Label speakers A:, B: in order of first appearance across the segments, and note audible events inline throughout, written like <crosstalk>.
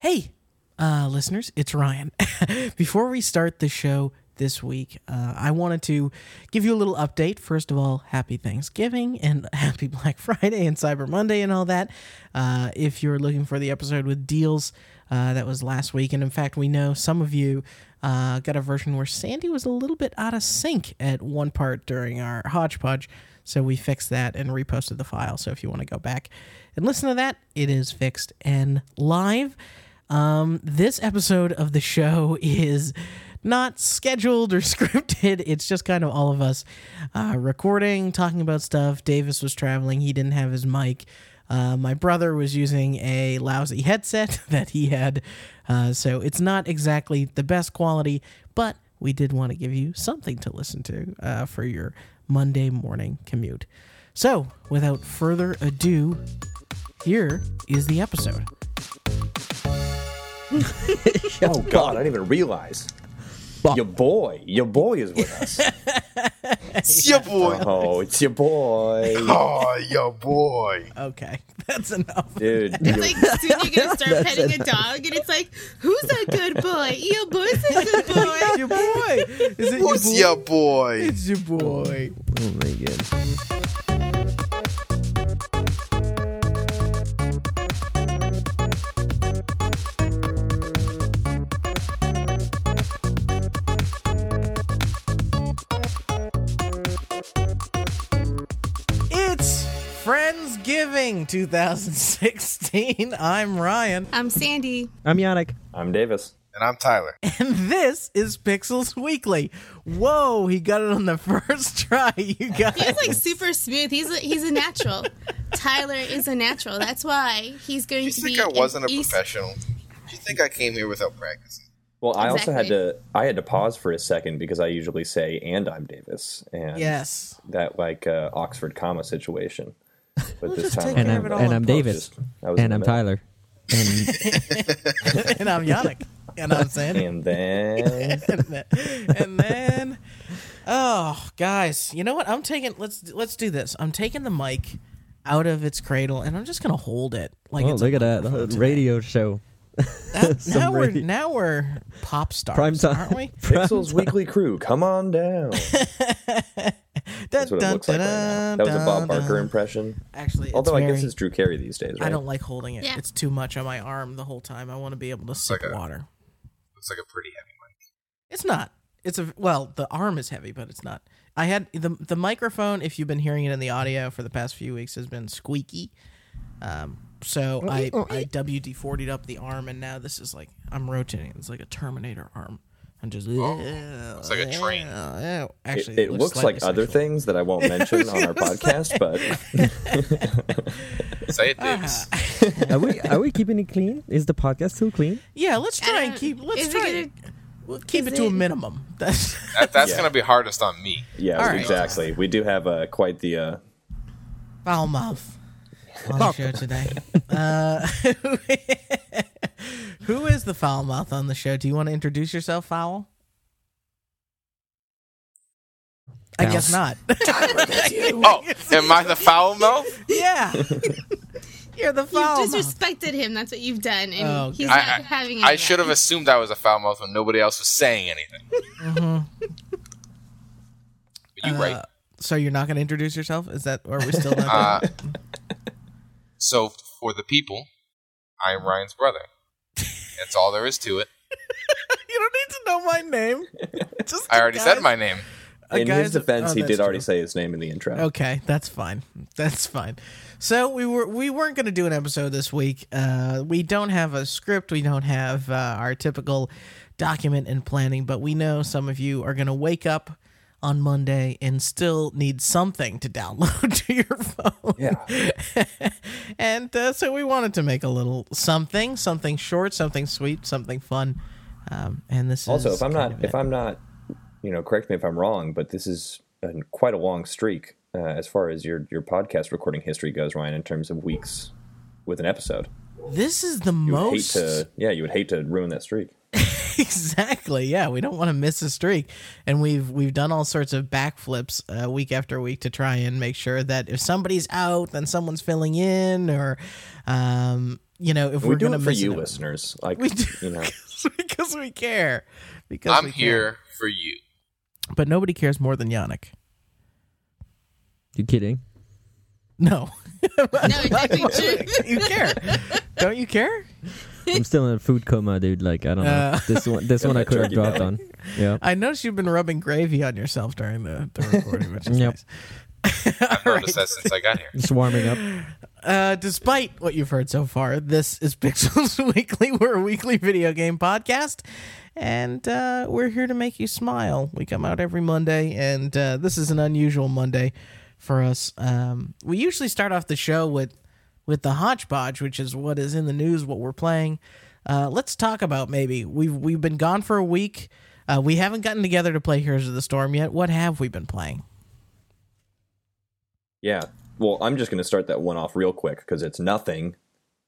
A: Hey, uh, listeners, it's Ryan. <laughs> Before we start the show this week, uh, I wanted to give you a little update. First of all, happy Thanksgiving and <laughs> happy Black Friday and Cyber Monday and all that. Uh, if you're looking for the episode with deals, uh, that was last week. And in fact, we know some of you uh, got a version where Sandy was a little bit out of sync at one part during our hodgepodge. So we fixed that and reposted the file. So if you want to go back and listen to that, it is fixed and live. Um, this episode of the show <laughs> is not scheduled or <laughs> scripted. It's just kind of all of us uh, recording, talking about stuff. Davis was traveling, he didn't have his mic. Uh, my brother was using a lousy headset <laughs> that he had, uh, so it's not exactly the best quality, but we did want to give you something to listen to uh, for your Monday morning commute. So, without further ado, here is the episode.
B: <laughs>
C: Oh God, I didn't even realize. Your boy, your boy is with us.
B: <laughs>
D: It's your boy.
C: oh, it's your boy,
D: Oh, your boy.
A: Okay, <laughs> that's enough.
B: <laughs>
C: dude. your-
E: It's like soon you're gonna start petting a dog, and it's like, who's a good boy? Your boy's a good boy.
A: your boy. Is it
D: <laughs> Who's your boy?
A: It's your boy.
B: Oh my god.
A: It's Friendsgiving 2016. I'm Ryan,
E: <laughs> I'm Sandy.
B: I'm Yannick.
C: I'm Davis.
D: And I'm Tyler.
A: and this is Pixels Weekly. Whoa, he got it on the <laughs> first try, you guys.
E: He's like super smooth. He's a, he's a natural. Tyler is a natural. That's why he's going
D: You
E: to be.
D: think I
E: an
D: wasn't a
E: East-
D: professional? You think I came here without practicing?
C: Well, I also had
E: Exactly.
C: to I had to pause for a second because I usually say "and I'm Davis" and
A: Yes.
C: that like uh, Oxford comma situation. But this
A: just
C: time,
A: take
C: I
B: And I'm
A: it all
B: and
A: in
B: I'm
A: post.
B: Davis.
C: I was in
B: And
C: the
B: I'm
C: middle.
B: Tyler. <laughs>
A: <laughs>
B: And
A: And I'm Yannick. And I'm Sandy.
C: And
B: <laughs>
C: then
A: <laughs> and then, and then- oh guys you know what i'm taking let's let's do this i'm taking the mic out of its cradle and i'm just gonna hold it like
B: oh,
A: it's
B: look
A: a
B: at <laughs> that
A: microphone today. <laughs>
B: radio show. <laughs> Some
A: now we're
B: radio-
A: now we're pop stars
B: Prime time.
A: <laughs> aren't
C: <laughs>
B: <laughs>
A: we
C: Pixels Weekly Crew, come on down. That's what it looks like right now. That was a Bob Barker impression.
A: Actually,
C: Although
A: it's
C: I guess
A: very-
C: it's Drew Carey these days, right?
A: I don't like holding it.
E: Yeah.
A: It's too much on my arm the whole time. I want to be able to sip
D: like a-
A: water.
D: Looks like a pretty heavy mic.
A: It's not. It's a well, the arm is heavy, but it's not. I had the the microphone. If you've been hearing it in the audio for the past few weeks, has been squeaky. Um, so I I WD forty up the arm, and now this is like I'm rotating. It's like a Terminator arm. I'm just. it's
D: Oh, like a train.
A: Actually,
C: it, it looks, like
A: slightly
C: other
A: sexual.
C: things that I won't mention <laughs> on our podcast, but
D: Say it, Davis.
B: Are we are we keeping it clean? Is the podcast still clean?
A: Yeah, let's try and
E: don't-
A: keep. Let's
E: is it
A: try.
E: gonna-
A: and- we'll keep
E: is
A: it to a
E: it-
A: minimum. <laughs> That's
D: That, that's
C: Yeah.
D: going to be hardest on <laughs> me.
C: yeah,
A: All right.
C: exactly. We do have uh, quite the uh,
A: foul mouth on the show today. <laughs> Uh, who is the foul mouth on the show? Do you want to introduce yourself, foul? I guess not. <laughs>
D: Oh, am I the foul mouth?
A: yeah, you're the
E: You've
A: foul mouth.
E: disrespected him. That's what you've done, and
A: Oh,
E: he's
A: God.
E: not
D: I,
E: having
D: I,
E: it.
D: I should have assumed I was a foul mouth when nobody else was saying anything. Mm-hmm. But you right.
A: so you're not going to introduce yourself? Is that? Or are we still not?
D: Uh, so, for the people, I am Ryan's brother. That's all there is to it.
A: <laughs> you don't need to know my name. Just
D: I
A: the
D: already
A: guys-
D: said my name.
A: a
C: in
A: guy's-
C: his defense,
A: oh,
C: he
A: that's
C: did already
A: true.
C: say his name in the intro.
A: Okay, that's fine. <laughs> That's fine. So we were we weren't going to do an episode this week. Uh, we don't have a script. We don't have uh, our typical document and planning. But we know some of you are going to wake up on Monday and still need something to download <laughs> to your phone. Yeah. <laughs> and uh, so we wanted to make a little something, something short, something sweet, something fun. Um, and this
C: Also,
A: is
C: if I'm
A: kind
C: not,
A: of it.
C: if I'm not, you know, correct me if I'm wrong, but this is a, quite a long streak uh, as far as your your podcast recording history goes, Ryan, in terms of weeks with an episode.
A: this is the
C: You would
A: most
C: hate to, yeah, you would hate to ruin that streak.
A: exactly. Yeah, we don't want to miss a streak, and we've we've done all sorts of backflips uh, week after week to try and make sure that if somebody's out, then someone's filling in, or um, you know, if
C: We
A: are
C: do
A: gonna
C: it for
A: miss <laughs>
C: you,
A: an-
C: listeners. Like
A: We do
C: you know,
A: because we care. Because
D: I'm
A: we care.
D: here for you.
A: but nobody cares more than Yannick. <laughs>
B: You kidding?
A: No,
E: No,
D: <laughs>
E: exactly.
A: <laughs> you care, don't you care?
B: I'm still in a food coma, dude. Like I don't know.
A: Uh.
B: this one, <laughs> this one I could have
C: Turkey
B: dropped
C: belly.
B: on. Yeah.
A: I noticed you've been rubbing gravy on yourself during the, the recording, which is
B: Yep.
A: nice.
D: I've noticed that since I got here.
B: Just warming <laughs> up.
A: Uh, despite what you've heard so far, this is <laughs> Pixels Weekly. We're a weekly video game podcast, and uh, we're here to make you smile. We come out every Monday, and uh, this is an unusual Monday for us. Um, we usually start off the show with with the hodgepodge, which is what is in the news, what we're playing. Uh, let's talk about maybe we've we've been gone for a week. Uh, we haven't gotten together to play Heroes of the Storm yet. What have we been playing?
C: yeah. Well, I'm just going to start that one off real quick because it's nothing.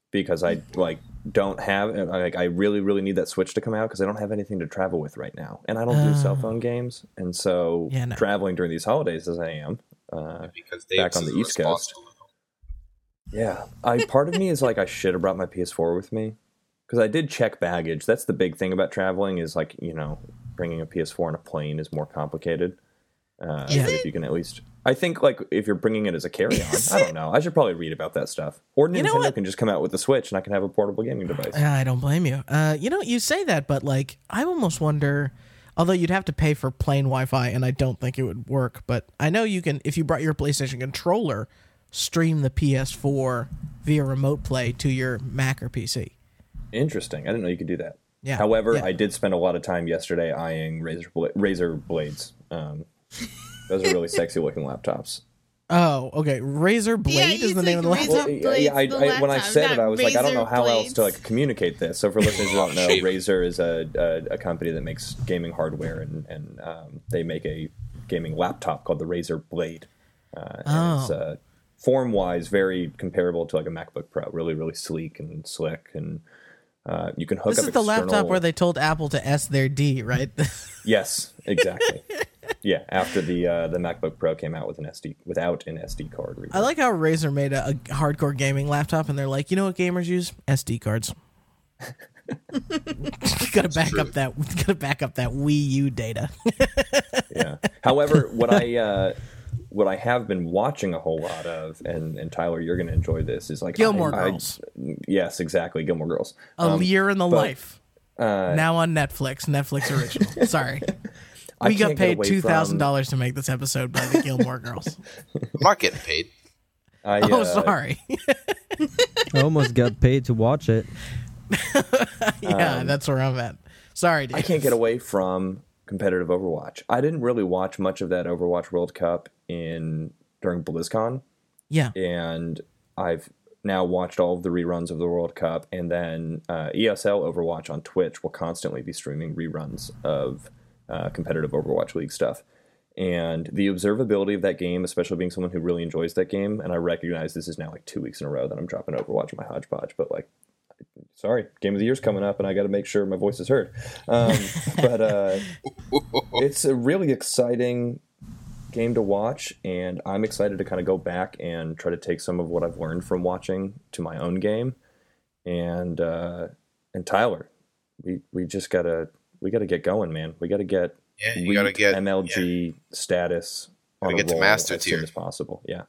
C: Because I like don't have I- like I really really need that Switch to come out because I don't have anything to travel with right now, and I don't do cell phone games, and so
A: Ah. Yeah, no.
C: traveling during these holidays as I am. Uh,
D: Because Dave's
C: Back on the
D: is
C: East Coast.
D: responsible.
C: Yeah, I part of me is like I should have brought my PS4 with me because I did check baggage. That's the big thing about traveling is like you know bringing a PS4 on a plane is more complicated. Uh,
E: Is
C: but if you can at least, I think like if you're bringing it as a carry-on, I don't know. I should probably read about that stuff. Or Nintendo
A: You know what?
C: can just come out with the Switch and I can have a portable gaming device.
A: Yeah, I don't blame you. Uh, you know, you say that, but like, I almost wonder. Although you'd have to pay for plain Wi-Fi, and I don't think it would work. But I know you can, if you brought your PlayStation controller, stream the PS4 via remote play to your Mac or PC.
C: Interesting. I didn't know you could do that.
A: Yeah,
C: However,
A: yeah.
C: I did spend a lot of time yesterday eyeing razor bla- razor blades. Um, those
A: <laughs>
C: are really sexy looking laptops.
A: Oh, okay. Razor Blade
E: you
A: is the name of the
E: think
A: laptop.
E: Razor-
C: Well,
E: blades,
C: yeah, yeah, I,
E: the
C: I, when I
E: laptop,
C: said it,
E: not
C: I was like, I don't
E: razor
C: know how else to
E: blades.
C: like communicate this. So for listeners who don't know,
D: Shave.
C: Razer is a, a a company that makes gaming hardware, and and um, they make a gaming laptop called the Razer Blade. Uh, and It's
A: Oh.
C: uh, form wise very comparable to like a MacBook Pro. Really, really sleek and slick, and uh, you can hook
A: This
C: up.
A: is the laptop
C: external-
A: where they told Apple to S their D, right? <laughs>
C: Yes, exactly. yeah, after the uh, the MacBook Pro came out with an SD without an SD card reader.
A: I like how Razer made a, a hardcore gaming laptop, and they're like, you know what gamers use? SD
C: <laughs>
A: cards. <laughs> gotta back up that. <laughs> Gotta back up that Wii U data.
C: yeah. However, what I uh, what I have been watching a whole lot of, and and Tyler, you're going to enjoy this, is like
A: Gilmore
C: I- um, I-
A: Girls. Oh,
C: yes, exactly, Gilmore Girls.
A: A year in the life.
C: uh,
A: now on Netflix. Netflix
C: <laughs>
A: original. Sorry.
C: I
A: We got
C: can't get
A: paid
C: away
A: two thousand dollars to make this episode by the Gilmore
C: <laughs>
A: Girls.
D: I'm not getting paid.
C: from- I,
A: <laughs> oh,
C: uh,
A: sorry.
B: I almost got paid to watch it.
A: yeah, that's where I'm at. Sorry, dude.
C: I can't get away from competitive Overwatch. I didn't really watch much of that Overwatch World Cup in during BlizzCon.
A: Yeah.
C: and I've now watched all of the reruns of the World Cup, and then uh, ESL Overwatch on Twitch will constantly be streaming reruns of uh, competitive Overwatch League stuff. And the observability of that game, especially being someone who really enjoys that game, and I recognize this is now like two weeks in a row that I'm dropping Overwatch in my hodgepodge, but like, sorry, game of the year's coming up, and I got to make sure my voice is heard. Um, but uh, it's a really exciting game to watch, and I'm excited to kind of go back and try to take some of what I've learned from watching to my own game. And uh, and Tyler, we we just gotta we gotta get going, man. We gotta get
D: Yeah, you
C: elite
D: gotta get
C: MLG status on
D: Gotta
C: a
D: get to
C: roll
D: master
C: as
D: tier.
C: soon as possible. Yeah.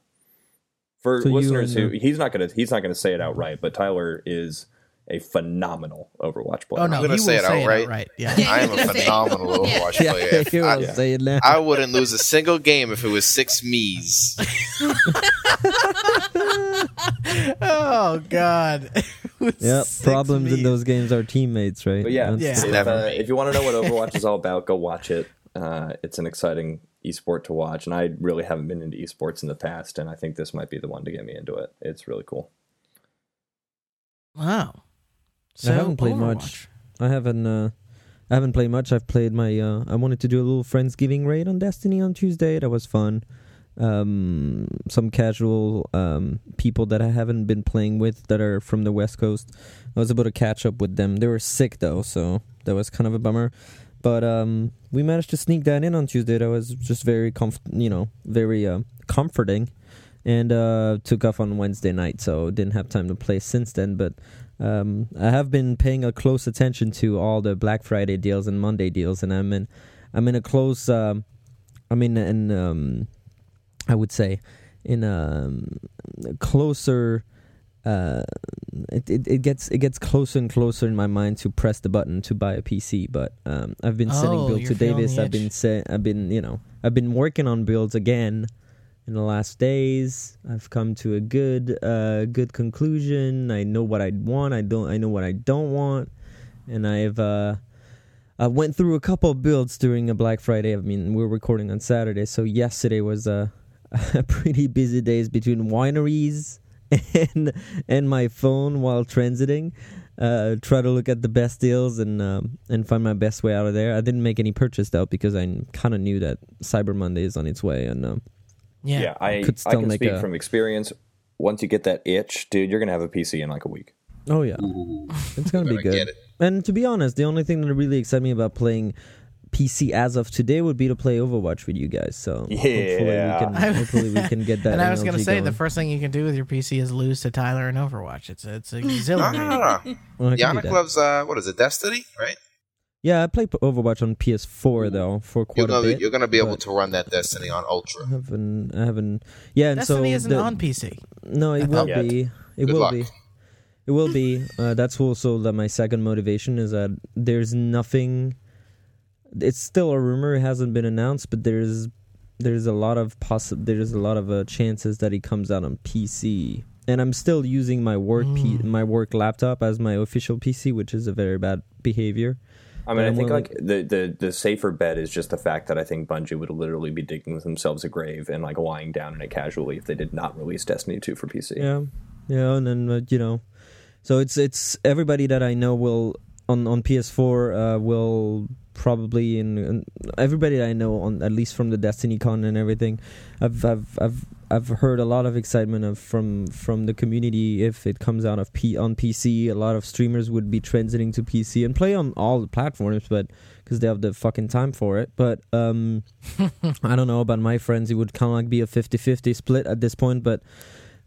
C: For
B: So you
C: listeners who
B: and-
C: he's not gonna he's not gonna say it outright, but Tyler is a phenomenal Overwatch player.
A: Oh no, he
D: I'm gonna
A: will
D: say it outright.
A: outright. Yeah. <laughs>
D: I am a
E: <laughs> Yeah.
D: phenomenal
E: Yeah.
D: Overwatch
B: <laughs> <laughs> Yeah,
D: player.
B: you
D: Oh, I,
B: will say it now.
D: I wouldn't lose a single game if it was six me's.
A: Oh God. <laughs>
B: Yeah,
A: Six
B: problems in
A: meat.
B: those games are teammates, right?
C: But yeah,
B: That's-
A: Yeah.
C: If,
D: Never
C: uh,
D: me.
C: if you want to know what Overwatch
B: <laughs>
C: is all about, go watch it. Uh, it's an exciting esport to watch, and I really haven't been into esports in the past, and I think this might be the one to get me into it. It's really cool.
A: Wow.
B: I haven't played much. I haven't. Uh, I haven't played much. I've played my. Uh, I wanted to do a little friendsgiving raid on Destiny on Tuesday. That was fun. Um, some casual um, people that I haven't been playing with that are from the West Coast. I was able to catch up with them. They were sick though, so that was kind of a bummer. But um, we managed to sneak that in on Tuesday. That was just very comf- you know, very uh, comforting. And uh, took off on Wednesday night, so didn't have time to play since then. But um, I have been paying a close attention to all the Black Friday deals and Monday deals, and I'm in, I'm in a close, um, I'm in, in um, I would say, in a um, closer uh, it, it, it gets it gets closer and closer in my mind to press the button to buy a PC. But um, I've been sending
A: Oh,
B: builds to
A: you're feeling
B: Davis.
A: the
B: I've been
A: itch.
B: se- I've been you know I've been working on builds again in the last days. I've come to a good uh, good conclusion. I know what I want. I don't. I know what I don't want. And I've uh, I went through a couple of builds during a Black Friday. I mean, we're recording on Saturday, so yesterday was a, <laughs> a pretty busy days between wineries and and my phone while transiting. Uh, try to look at the best deals and um, and find my best way out of there. I didn't make any purchase though because I kind of knew that Cyber Monday is on its way, and um,
A: Yeah. <laughs>
C: yeah, I,
B: Could
C: I
B: still
C: can
B: make
C: speak
B: a-
C: from experience. Once you get that itch, dude, you're gonna have a PC in like a week.
B: oh yeah, it's gonna be
D: better
B: good.
D: get it.
B: And to be honest, the only thing that really excited me about playing PC as of today would be to play Overwatch with you guys. So hopefully
C: Yeah.
B: we can <laughs> hopefully we
A: <laughs>
B: can get that.
A: and I was
B: going to
A: say the first thing you can do with your PC is lose to Tyler in Overwatch. It's it's
D: No, no, no,
A: <laughs> exhilarating.
D: no.
B: Well, I can do
D: Yannick
B: that.
D: loves, uh, what is it, Destiny, right?
B: Yeah, I play p- Overwatch on PS4 though for
D: You're
B: quite a
D: gonna,
B: bit.
D: you're gonna be able
B: but-
D: to run that Destiny on Ultra.
B: I haven't, I haven't. Yeah, and
A: Destiny
B: so
A: isn't
B: the-
A: on PC.
B: No, it
A: Not
B: will
C: yet.
B: be. It
D: Good
B: will
D: luck.
B: be. It will be. Uh, that's also that my second motivation is that there's nothing. It's still a rumor. It hasn't been announced, but there's there's a lot of possi- There's a lot of uh, chances that it comes out on PC. And I'm still using my work P- my work laptop as my official PC, which is a very bad behavior.
C: I mean,
B: Yeah,
C: I think
B: well,
C: like the, the the safer bet is just the fact that I think Bungie would literally be digging themselves a grave and like lying down in it casually if they did not release Destiny 2 for PC.
B: Yeah, yeah, and then uh, you know, so it's it's everybody that I know will on on PS4 uh, will probably and and everybody that I know on at least from the Destiny con and everything, I've I've I've I've heard a lot of excitement of from from the community if it comes out of P on PC. A lot of streamers would be transiting to PC and play on all the platforms, but because they have the fucking time for it. But um, I don't know about my friends. It would kind of like be a 50-50 split at this point, but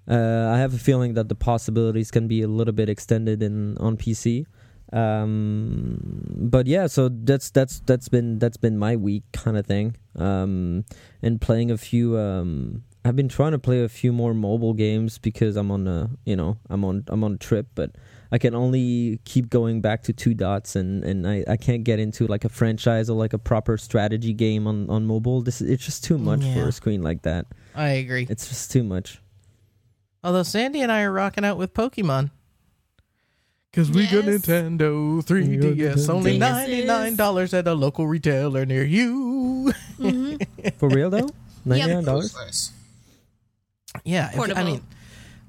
B: uh, I have a feeling that the possibilities can be a little bit extended in on PC. Um, but yeah, so that's that's that's been that's been my week kind of thing. Um, and playing a few. Um, I've been trying to play a few more mobile games because I'm on a you know I'm on I'm on a trip, but I can only keep going back to two dots and and I, I can't get into like a franchise or like a proper strategy game on on mobile. This it's just too much for
A: Yeah.
B: a screen like that.
A: I agree.
B: It's just too much.
A: Although Sandy and I are rocking out with Pokemon. Because we got
E: Yes.
A: Nintendo 3DS, only
E: Nintendo.
A: $99 at a local retailer near you. <laughs>
B: For real though, ninety nine
D: That's
B: dollars.
D: nice.
A: Yeah, if- I
E: Portable.
A: mean,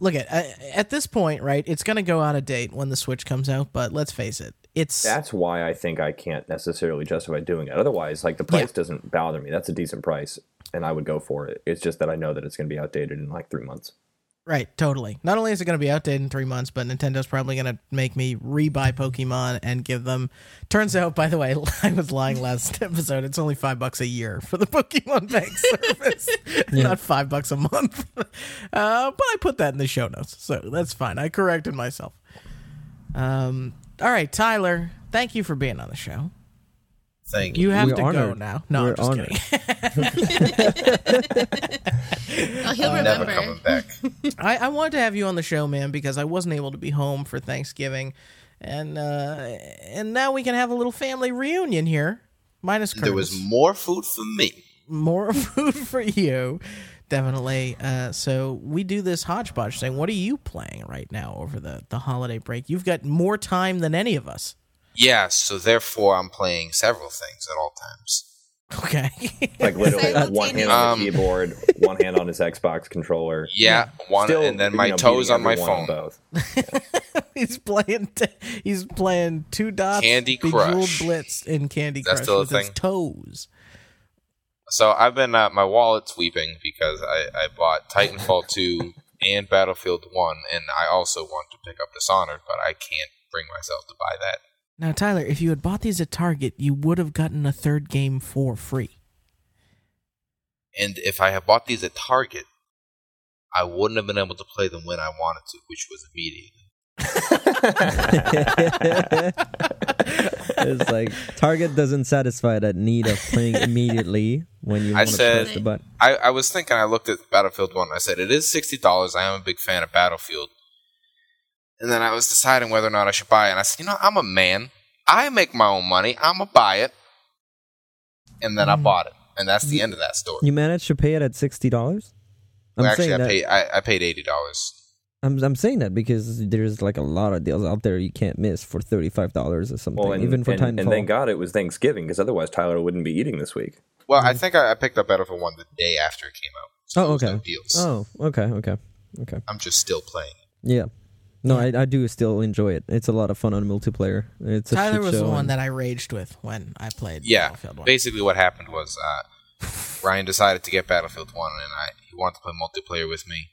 A: look at uh, at this point, right? It's going to go out of date when the Switch comes out, but let's face it, it's
C: That's why I think I can't necessarily justify doing it. Otherwise, like the price doesn't bother me. That's a decent price and I would go for it. It's just that I know that it's going to be outdated in like 3
B: <laughs>
C: months.
A: right, totally. Not only is it going to be outdated in three months, but Nintendo's probably going to make me rebuy Pokemon and give them. Turns out, by the way, <laughs> I was lying last <laughs> episode. It's only five bucks a year for the <laughs> Pokemon Bank service, not five bucks a month. <laughs> Uh, but I put that in the show notes, so that's fine. I corrected myself. Um, all right, Tyler, thank you for being on the show.
D: Thank you.
A: You have
B: We're
A: to go
B: honored.
A: now. No,
B: We're
A: I'm just
B: honored.
A: kidding.
E: Oh, he'll
D: Never
E: remember.
D: coming back.
A: I, I wanted to have you on the show, man, because I wasn't able to be home for Thanksgiving, and uh, and now we can have a little family reunion here. Minus Curtis.
D: there was more food for me.
A: more <laughs> food for you, definitely. Uh, so we do this hodgepodge thing. What are you playing right now over the the holiday break? You've got more time than any of us. <laughs>
D: Yeah, so therefore I'm playing several things at all times.
A: Okay. <laughs>
C: Like literally
E: Simultaneous.
C: one hand on
D: Um,
C: the
B: <laughs>
C: keyboard, one hand on his Xbox controller.
D: Yeah, one
C: Still,
D: and then
C: you
D: my
C: know,
D: toes
C: beating
D: on my
C: everyone
D: phone.
C: Both.
A: he's playing. T- he's playing two dots.
D: Candy
A: Bejeweled
D: Crush.
A: Blitz and Candy
D: That's
A: Crush
D: still a
A: with his
D: thing?
A: toes.
D: So I've been uh, my wallet's weeping because I, I bought Titanfall two and Battlefield one, and I also want to pick up Dishonored, but I can't bring myself to buy that.
A: Now, Tyler, if you had bought these at Target, you would have gotten a third game for free.
D: And if I had bought these at Target, I wouldn't have been able to play them when I wanted to, which was immediately.
B: it's like Target doesn't satisfy that need of
A: <laughs>
B: playing immediately when you
D: I
B: want to
D: said-
B: press the button.
D: I, I was thinking, I looked at Battlefield 1. I said, it is $60. I am a big fan of Battlefield. And then I was deciding whether or not I should buy it. And I said, you know, I'm a man. I make my own money. I'm going to buy it. And
B: Mm.
D: then I bought it. And that's the end of that story.
B: You managed to pay it at sixty dollars. I'm
D: Well, actually,
B: saying
D: I
B: that.
D: paid, I, I paid $80.
B: I'm I'm saying that because there's like a lot of deals out there you can't miss for thirty five dollars or something,
C: Well, and,
B: even for
C: and,
B: Titanfall.
C: and thank God it was Thanksgiving because otherwise Tyler wouldn't be eating this week.
D: Well, I think I, I picked up Battlefield 1 the day after it came out. So
B: Mm. oh,
D: there was no
B: okay.
D: deals.
B: Oh, okay, okay, okay.
D: I'm just still playing.
B: Yeah. No, I, I do still enjoy it. It's a lot of fun on multiplayer. It's a
A: Tyler
B: shit
A: was the
B: show
A: one
B: and-
A: that I raged with when I played
D: Yeah.
A: Battlefield 1.
D: Basically, what happened was uh, Ryan decided to get Battlefield One, and I he wanted to play multiplayer with me.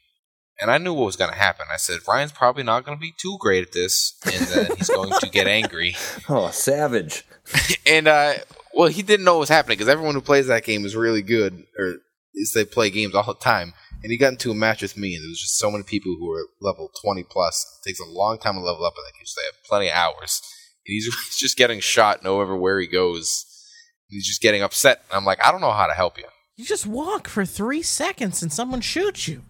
D: And I knew what was going to happen. I said, Ryan's probably not going to be too great at this, and then he's going to get angry.
C: Oh, savage!
D: And, uh, well, he didn't know what was happening because everyone who plays that game is really good, or is they play games all the time. And he got into a match with me, and there was just so many people who were level 20 plus. It takes a long time to level up in that game, so they have plenty of hours. And he's <laughs> he's just getting shot no over where he goes. And he's just getting upset. And I'm like, I don't know how to help you.
A: You just walk for three seconds and someone shoots you.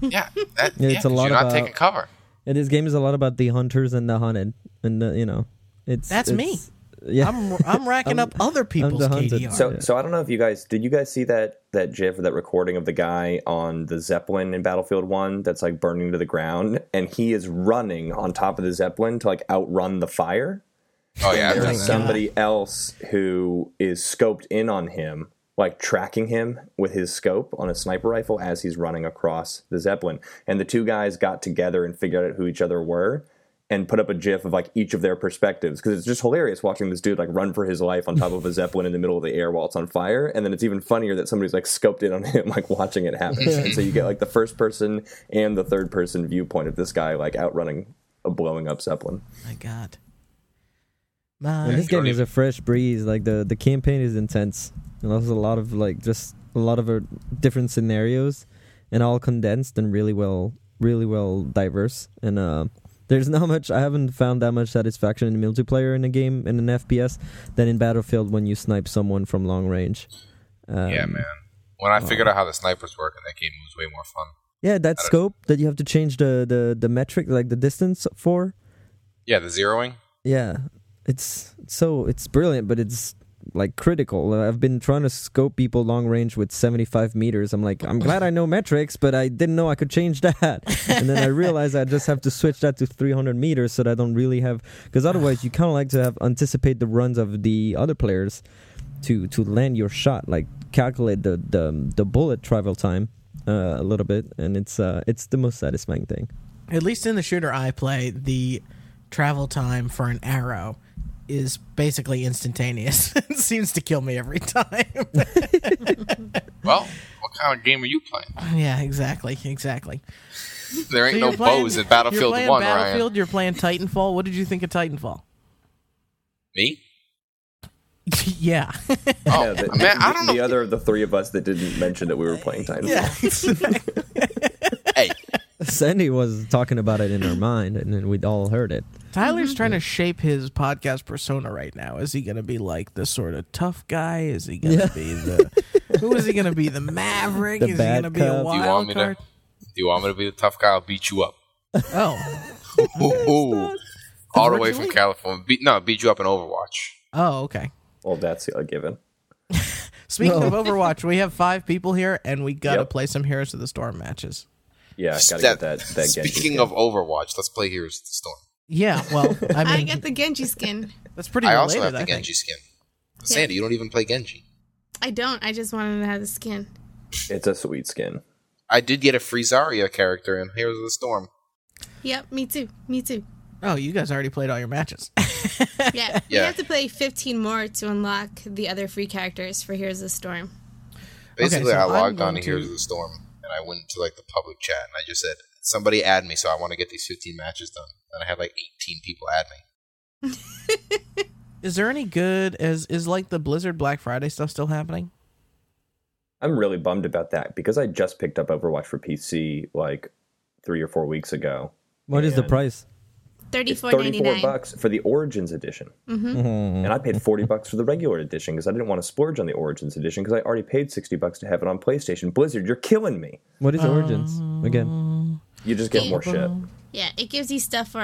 D: Yeah, that, yeah,
B: Yeah, it's a
D: 'cause
B: lot
D: You're not
B: about-
D: taking cover.
B: And this game is a lot about the hunters and the hunted, and the, you know, it's
A: That's
B: it's-
A: me.
B: Yeah,
A: I'm I'm racking
B: <laughs> I'm-
A: up other people's
B: the hunted.
A: KDR.
C: So, so I don't know if you guys did. You guys see that that GIF or that recording of the guy on the Zeppelin in Battlefield One that's like burning to the ground, and he is running on top of the Zeppelin to like outrun the fire.
D: Oh,
B: <laughs>
D: yeah. I've
C: There
D: done
C: is
D: that.
C: somebody else who is scoped in on him, like tracking him with his scope on a sniper rifle as he's running across the Zeppelin. And the two guys got together and figured out who each other were and put up a gif of like each of their perspectives because it's just hilarious watching this dude like run for his life on top of a zeppelin in the middle of the air while it's on fire and then it's even funnier that somebody's like scoped in on him <laughs> like watching it happen and so you get like the first person and the third person viewpoint of this guy like outrunning a blowing up zeppelin
A: My God. My
B: And this
D: you
B: game
D: don't
B: is a fresh breeze. Like the the campaign is intense. And there's a lot of like just a lot of uh, different scenarios, and all condensed and really well, really well diverse. And uh, there's <laughs> not much. I haven't found that much satisfaction in multiplayer in a game in an FPS than in Battlefield when you snipe someone from long range. Um,
D: Yeah, man. When
B: Oh.
D: I figured out how the snipers work in that game, it was way more fun.
B: Yeah, that scope that you have to change the the the metric, like the distance for.
D: Yeah, the zeroing.
B: Yeah, it's so it's brilliant, but it's like critical. I've been trying to scope people long range with 75 meters. I'm like, I'm glad I know metrics, but I didn't know I could change that. And then I realized I just have to switch that to 300 meters so that I don't really have because otherwise you kind of like to have anticipate the runs of the other players to to land your shot, like calculate the the, the bullet travel time. Uh, a little bit, and it's uh, it's the most satisfying thing.
A: at least in the shooter I play, the travel time for an arrow is basically instantaneous. <laughs> it seems to kill me every
B: <laughs>
A: time.
D: Well, what kind of game are you playing?
A: yeah, exactly, exactly. So
D: There ain't
A: you're
D: no
A: playing-
D: bows in
A: you're
D: Battlefield
A: playing
D: One,
A: Battlefield,
D: Ryan.
A: You're playing Titanfall. What did you think of Titanfall?
D: Me?
A: <laughs> yeah, <laughs>
D: Oh,
C: Yeah, the,
D: man, I
C: the-
D: don't
C: the
D: know.
C: other of the three of us that didn't mention that we were playing Titanfall.
D: Hey,
B: Sandy was talking about it in her mind, and then we'd all heard it.
A: Tyler's trying to shape his podcast persona right now. Is he going to be like the sort of tough guy? Is he going to
D: <laughs>
A: be the who is he going to be? The Maverick?
B: The
A: is he going
B: bad
A: to be a
B: cop.
A: wild
D: do you want me
A: card?
D: to? Do you want me to be the tough guy? I'll beat you up.
A: Oh,
D: Ooh, all the way
A: virtually?
D: from California. Beat, no, beat you up in Overwatch.
A: oh, okay.
C: Well, that's a given.
A: Speaking of Overwatch, we have five people here, and we gotta
C: Yep.
A: play some Heroes of the Storm matches.
C: Yeah, gotta
D: Step-
C: get that that Genji.
D: Speaking
C: skin.
D: of Overwatch, let's play Heroes of the Storm.
A: Yeah,
D: <laughs>
A: well, I
E: I
A: mean,
E: got the Genji skin.
A: that's pretty
D: I
A: related.
D: also have
A: I
D: the
A: think.
D: Genji skin. Sandy, you don't even play Genji.
E: I don't. I just wanted to have the skin.
C: it's a sweet skin.
D: I did get a free Zarya character in Heroes of the Storm.
E: Yep, me too. Me too.
A: Oh, you guys already played all your matches.
D: <laughs>
E: Yeah, we
D: Yeah.
E: have to play 15 more to unlock the other free characters for Heroes of the Storm.
D: Basically,
A: so
D: I
A: I'm
D: logged
A: going
D: on to
A: to-
D: Heroes of the Storm and I went into like the public chat and I just said, "Somebody add me," so I want to get these 15 matches done. And I had like 18 people add me.
A: Is there any good? Is is like the Blizzard Black Friday stuff still happening?
C: I'm really bummed about that because I just picked up Overwatch for PC like three or four weeks ago.
B: What is the
C: And
B: price?
E: Thirty
C: It's
E: four
C: 34 bucks for the Origins edition. And I paid 40 bucks for the regular edition because I didn't want to splurge on the Origins edition because I already paid 60 bucks to have it on PlayStation. Blizzard, you're killing me.
B: What is
A: Um,
B: Origins again?
C: You just get more shit.
E: Yeah, it gives you stuff for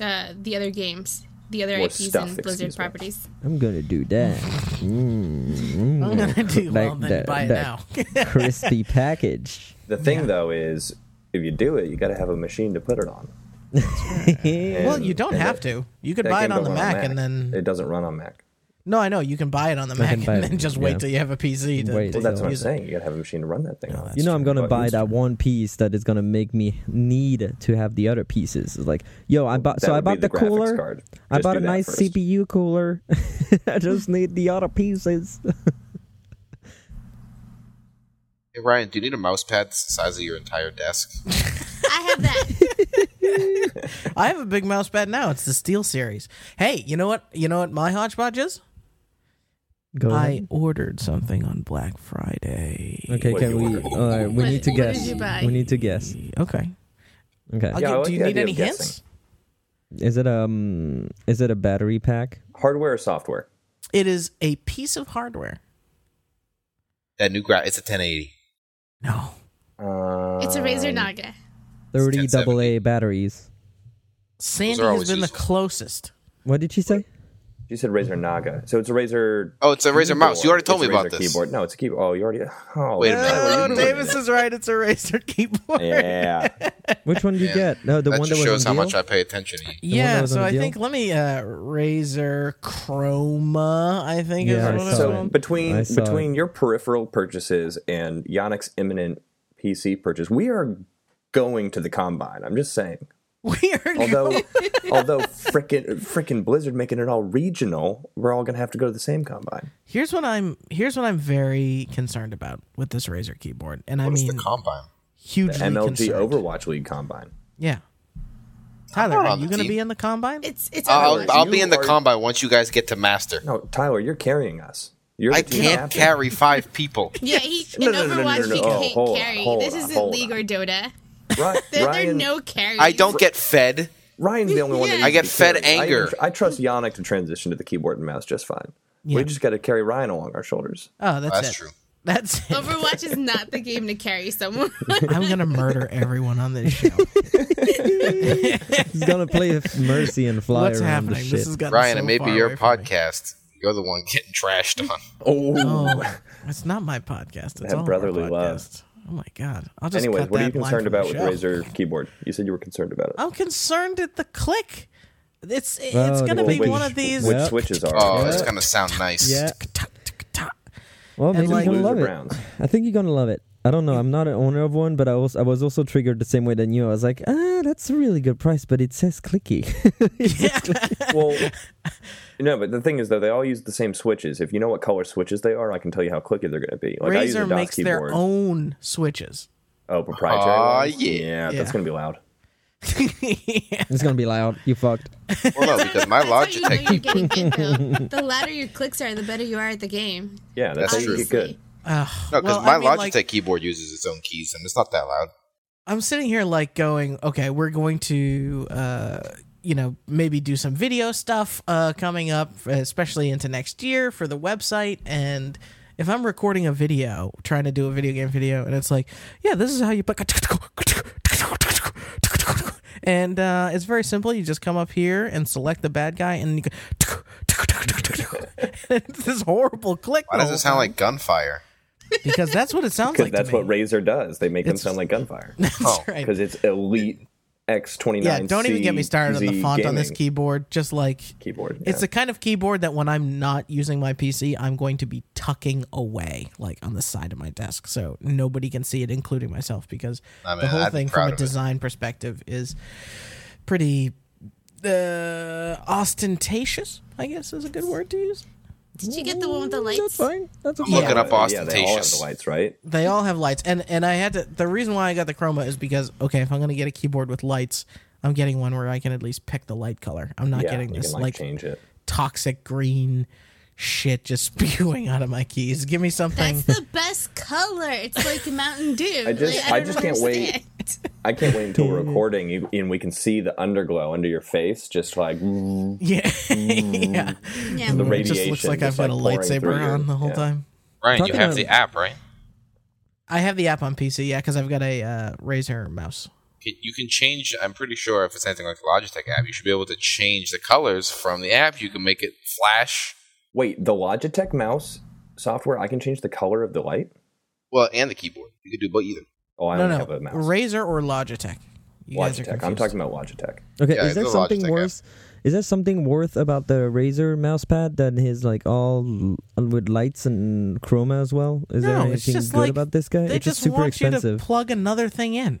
E: uh, the other games, the other
C: More
E: IPs
C: stuff,
E: and Blizzard
C: excuse me.
E: properties.
B: I'm gonna do that.
A: <laughs> I'm <laughs> gonna do Oh, well.
B: Like
A: Then
B: that-
A: buy it
B: that-
A: now. <laughs>
B: Crispy package.
C: The thing though is, if you do it, you got to have a machine to put it on.
A: well,
C: And-
A: you don't
C: and
A: have
C: that-
A: to. You could
C: that
A: buy
C: game
A: it on the
C: don't run
A: Mac, and then
C: it doesn't run on Mac.
A: no, I know you can buy it on the Mac,
B: can
A: and
B: buy it,
A: then just wait
B: yeah.
A: till you have a PC to,
B: Wait,
A: to
C: Well, that's what I'm
A: use
C: saying. You got to have a machine to run that thing. on.
B: you know, I'm gonna
C: But
B: buy
C: it's-
B: that one piece that is gonna make me need to have the other pieces. It's like, yo, I bought.
C: that
B: So I
C: would be
B: bought the,
C: the graphics
B: cooler.
C: card.
B: I
C: Just
B: bought
C: do
B: a
C: that
B: nice
C: first.
B: CPU cooler. <laughs> I just need the other pieces.
D: Hey, Ryan, do you need a mouse pad the size of your entire desk? <laughs>
E: I have that.
A: it. I have a big mouse pad now. It's the Steel Series. Hey, you know what? You know what my hodgepodge is?
B: <laughs> Go
A: I
B: ahead.
A: ordered something on Black Friday.
B: Okay,
C: What
B: can
C: you
B: we?
C: ordered.
B: All right, we
E: What-
B: need to
E: what did
B: guess.
E: you buy?
B: We need to guess.
A: Okay. I'll
B: Okay,
C: Yeah, I
A: give-
C: like
A: do you
C: the
A: need
C: idea
A: any
C: of
A: hints?
C: guessing.
B: is it um? Is it a battery pack?
C: Hardware or software?
A: It is a piece of hardware.
D: That new gra- it's a 1080.
A: No.
E: It's a Razer
C: Um,
E: Naga.
B: Thirty
D: 1070.
B: AA batteries.
A: Sandy
D: are
A: has
D: always
A: been the
D: useful.
A: closest.
B: What did she say?
C: You said Razer Naga, so it's a Razer.
D: Oh, it's a Razer mouse. You already told
C: It's a
D: me about
C: Razer
D: this.
C: Keyboard? No, it's a keyboard. Oh, you already. Oh,
D: Wait a minute.
A: Oh,
D: Really?
A: Davis is right. It's a Razer keyboard.
C: <laughs> Yeah,
B: Which one did you get? No, the
D: that
B: one that
D: just
B: was
D: shows how
B: on deal?
D: much I pay attention to you.
A: Yeah,
B: was on
A: so
B: the
A: I
B: deal?
A: think let me uh Razer Chroma, I think
B: Yeah, I
A: is what it's
B: saw
C: So
B: it.
A: called.
B: I
C: between
B: saw
C: between your peripheral purchases and Yannick's imminent PC purchase, we are going to the combine. I'm just saying.
A: <laughs> We are
C: Although
E: <laughs>
C: although frickin' frickin' Blizzard making it all regional, we're all gonna have to go to the same combine.
A: Here's what I'm here's what I'm very concerned about with this Razer keyboard. And I
D: What's
A: mean
D: the combine?
A: hugely
C: MLG
A: concerned.
C: Overwatch League combine.
A: Yeah. Tyler,
D: not
A: are
D: on
A: you
D: the
A: gonna
D: team.
A: be in the combine?
E: It's it's
D: I'll,
E: Overwatch.
D: I'll be in the
C: are-
D: combine once you guys get to master.
C: No, Tyler, you're carrying us. You're the
D: I
C: team
D: can't
C: captain.
D: carry five people.
E: Yeah, he
C: No,
E: in
C: no, no, no, no,
E: Overwatch
C: no,
E: he
C: no. Oh,
E: can't
C: hold on,
E: carry.
C: hold
E: this
C: on,
E: isn't
C: hold
E: League
C: on.
E: or Dota.
C: Ri-
E: <laughs> There, there are
C: Ryan,
E: no carries.
D: I don't get fed.
C: Ryan's the only one that needs
E: Yeah. I
D: get
C: to be
D: fed
C: carried. I-
D: anger.
C: I, trust Yannick to transition to the keyboard and mouse just fine.
A: Yeah.
C: We just got to carry Ryan along our shoulders.
A: Oh, that's,
D: That's
A: it.
D: true.
A: That's
D: <laughs>
A: it.
E: Overwatch is not the game to carry someone. <laughs>
A: I'm gonna murder everyone on this show.
B: He's
D: <laughs>
B: gonna play f- Mercy and fly
A: What's
B: around the
A: happening?
B: shit.
A: This is gotten
D: Ryan,
A: so
D: it may
A: far
D: be your
A: away from me.
D: podcast. You're the one getting trashed on.
C: <laughs>
A: Oh, it's not my podcast. It's
C: That
A: all of our
C: brotherly love.
A: podcasts. Oh my god! I'll just
C: Anyways,
A: cut
C: what are you
A: that line
C: concerned
A: from the
C: about with
A: show.
C: Razer keyboard? You said you were concerned about it.
A: I'm concerned at the click. It's it's
B: Oh,
A: gonna
B: the
A: be
B: click.
A: one of these.
C: Which
B: Yeah.
C: switches are?
D: Oh,
B: Yeah.
D: that's gonna sound nice.
B: yeah.
A: tick-tock.
B: Well, maybe
A: like-
B: you're
C: Blues
B: gonna
C: or
B: love it.
C: browns?
B: I think you're gonna love it. I don't know. I'm not an owner of one, but I was I was also triggered the same way than you. I was like, ah, that's a really good price, but it says clicky.
A: <laughs>
B: <laughs>
C: well, no, but the thing is though, they all use the same switches. If you know what color switches they are, I can tell you how clicky they're going to be. Like I use a
A: Razer
C: DOS
A: makes
C: keyboard.
A: their own switches. <laughs>
C: Oh, proprietary.
D: Aw,
C: ones?
D: Ah, yeah.
A: Yeah.
C: that's going to be loud.
B: it's gonna be loud. You fucked.
D: Well, no, because my
E: That's how you know
D: Logitech
E: you're getting good, though. The louder your clicks are, the better you are at the game.
C: Yeah, that's how you get
E: Obviously.
C: good.
D: No,
A: Well,
D: because
A: I
D: my
A: mean, like-
D: Logitech keyboard uses its own keys, and it's not that loud.
A: I'm sitting here like going, okay, we're going to, uh, you know, maybe do some video stuff uh, coming up, especially into next year for the website. And if I'm recording a video, trying to do a video game video, and it's like, yeah, this is how you put. And uh, it's very simple. You just come up here and select the bad guy, and you go. <laughs> it's this horrible click.
D: Why does it sound like gunfire?
A: Because that's what it sounds
C: Because
A: like.
C: that's
A: to me. <laughs>
C: what Razer does. They make them
A: It's-
C: sound
A: <laughs>
C: like gunfire.
D: Oh,
A: Right.
C: Because it's elite X twenty
A: Yeah,
C: nine.
A: don't even get me started on the font on this keyboard. Just like
C: keyboard.
A: it's the kind of keyboard that when I'm not using my PC, I'm going to be tucking away, like on the side of my desk, so nobody can see it, including myself, because
D: I mean,
A: the whole
D: I'd be
A: thing
D: proud
A: from
D: of
A: a
D: it.
A: design perspective is pretty uh, ostentatious. I guess is a good word to use.
E: Did you get the one with the
B: That's
E: lights?
B: fine. That's okay.
D: Look it up
C: uh, Yeah, they all have
D: ostentatious.
C: the lights, right?
A: They all have lights, and and I had to. The reason why I got the chroma is because okay, if I'm gonna get a keyboard with lights. I'm getting one where I can at least pick the light color. I'm not
C: yeah,
A: getting
C: you
A: this
C: can
A: like
C: like change it.
A: toxic green shit just <laughs> spewing out of my keys. Give me something.
E: That's the best color. It's like Mountain Dew.
C: I just-
E: Like,
C: I
E: don't
C: just can't wait.
E: understand.
C: I can't wait
A: <laughs>
C: until we're recording you- and we can see the underglow under your face, just like
A: <laughs> yeah. yeah.
E: Yeah.
C: The
A: It just
C: radiation
A: looks like
C: just,
A: I've got
C: like,
A: a
C: pouring through
A: lightsaber
C: your-
A: on the whole
C: yeah.
A: time.
D: Ryan, you
B: Talking
D: have
B: of-
D: the app, right?
A: I have the app on PC, yeah, because I've got a uh, Razer mouse.
D: Can- You can change. I'm pretty sure if it's anything like the Logitech app, you should be able to change the colors from the app. You can make it flash.
C: Wait, the Logitech mouse software, I can change the color of the light?
D: Well, and the keyboard. You could do both either.
C: Oh, I
A: no,
C: only
A: no,
C: have a mouse.
A: Razer or Logitech. You guys are
C: Logitech. I'm
A: confused.
C: talking about Logitech.
B: Okay,
D: Yeah,
B: is there
D: the
B: something
D: Logitech app.
B: worth? Is there something worth about the Razer mouse pad that is like all l- with lights and chroma as well? Is there
A: No, it's
B: anything
A: just
B: good
A: like
B: about this guy?
A: They
B: it's just,
A: just
B: super
A: want you
B: expensive.
A: to plug another thing in.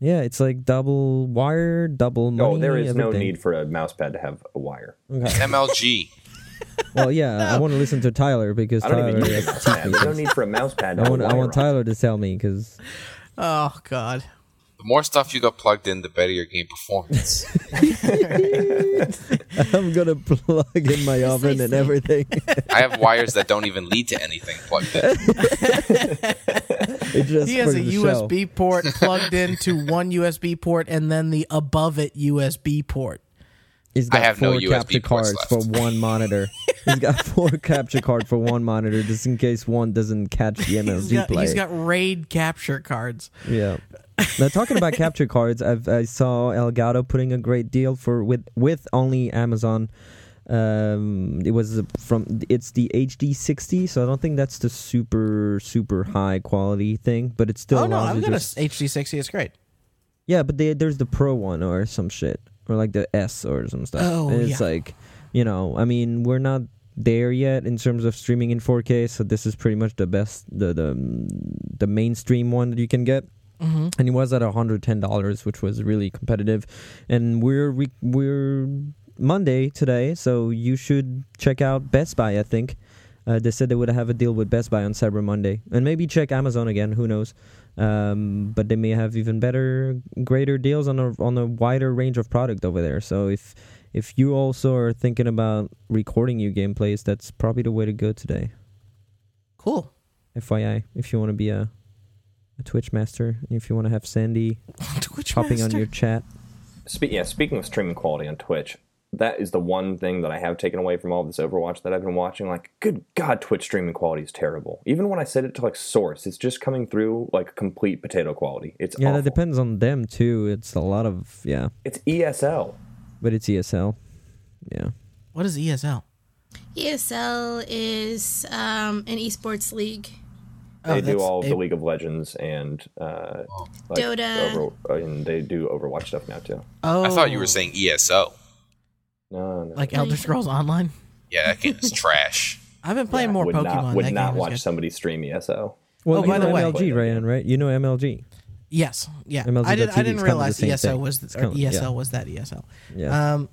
B: yeah, it's like double wire, double money.
C: Oh, there is no
B: everything.
C: need for a mouse pad to have a wire.
B: Okay.
D: MLG.
B: Well, yeah, I
C: <laughs>
B: want to listen to Tyler because
C: I don't
B: Tyler.
C: even need a mouse <laughs> pad. There's no need for a mouse pad to
B: I
C: have
B: want
C: a
B: I
C: wire
B: want
C: on it.
B: Tyler to tell
C: <laughs>
B: me because
A: Oh God.
D: the more stuff you got plugged in, the better your game performance.
B: I'm gonna <laughs> plug in my oven and
C: <laughs>
E: Precisely.
B: everything.
D: I have wires that don't even lead to anything plugged in.
B: It's just
A: He has
B: for
A: a
B: the show.
A: USB
B: <laughs>
A: port plugged into one USB port and then the above it USB port.
B: He's
D: I
B: got
D: have no
B: four
D: USB
B: capture
D: ports
B: cards for
D: left. <laughs>
B: one monitor. He's got four capture card for one monitor, just in case one doesn't catch the
A: He's
B: MLG
A: got,
B: play.
A: he's got RAID capture cards.
B: yeah. Now talking about capture cards, I've, I saw Elgato putting a great deal for with with only Amazon. Um, it was from it's the HD60, so I don't think that's the super super high quality thing, but it's still
A: oh no,
B: allows
A: I've
B: you
A: got a
B: just-
A: HD60. It's great.
B: Yeah, but they, there's the pro one or some shit, or like the S or some stuff.
A: Oh,
B: And it's
A: yeah.
B: like, you know, I mean, we're not there yet in terms of streaming in 4K, so this is pretty much the best, the the the mainstream one that you can get. And it was at $110, which was really competitive. And we're re- we're Monday today, so you should check out Best Buy. I think uh, they said they would have a deal with Best Buy on Cyber Monday, and maybe check Amazon again. Who knows? Um, but they may have even better, greater deals on a on a wider range of product over there. So if if you also are thinking about recording your gameplays, that's probably the way to go today.
A: <laughs> Cool.
B: FYI, if you want to be a a Twitch master, if you want to have Sandy
A: Twitch
B: hopping on
A: Master.
B: your chat,
C: Spe- yeah, speaking of streaming quality on Twitch, that is the one thing that I have taken away from all of this Overwatch that I've been watching. Like, good God, Twitch streaming quality is terrible. Even when I set it to like source, it's just coming through like complete potato quality. It's
B: yeah,
C: awful.
B: that depends on them too. It's a lot of yeah,
C: It's E ESL.
B: but it's ESL. Yeah,
A: What is E ESL?
E: ESL is um, an esports league.
A: Oh,
C: they do
A: that's
C: all of
A: a-
C: the League of Legends and uh, like
E: Dota.
C: Over- uh, and they do Overwatch stuff now too.
A: Oh,
D: I thought you were saying E ESO.
C: No, no.
A: like Elder Scrolls Online.
D: Yeah, that game is trash.
A: I've been playing more
C: would
A: Pokemon.
C: not would
A: that
C: not
A: game
C: watch
A: is good.
C: somebody stream E
A: <laughs>
C: ESO.
B: well,
A: Oh,
B: you
A: by
B: know
A: the way-
B: MLG, Ryan, right? You know MLG.
A: Yes, yeah.
B: MLG.TV,
A: I, did,
B: it's
A: I
B: kind of
A: didn't
B: the
A: realize
B: same
A: ESO
B: thing.
A: was
B: It's
A: or
B: kind of- yeah.
A: ESL was that ESL.
B: Yeah.
A: Um,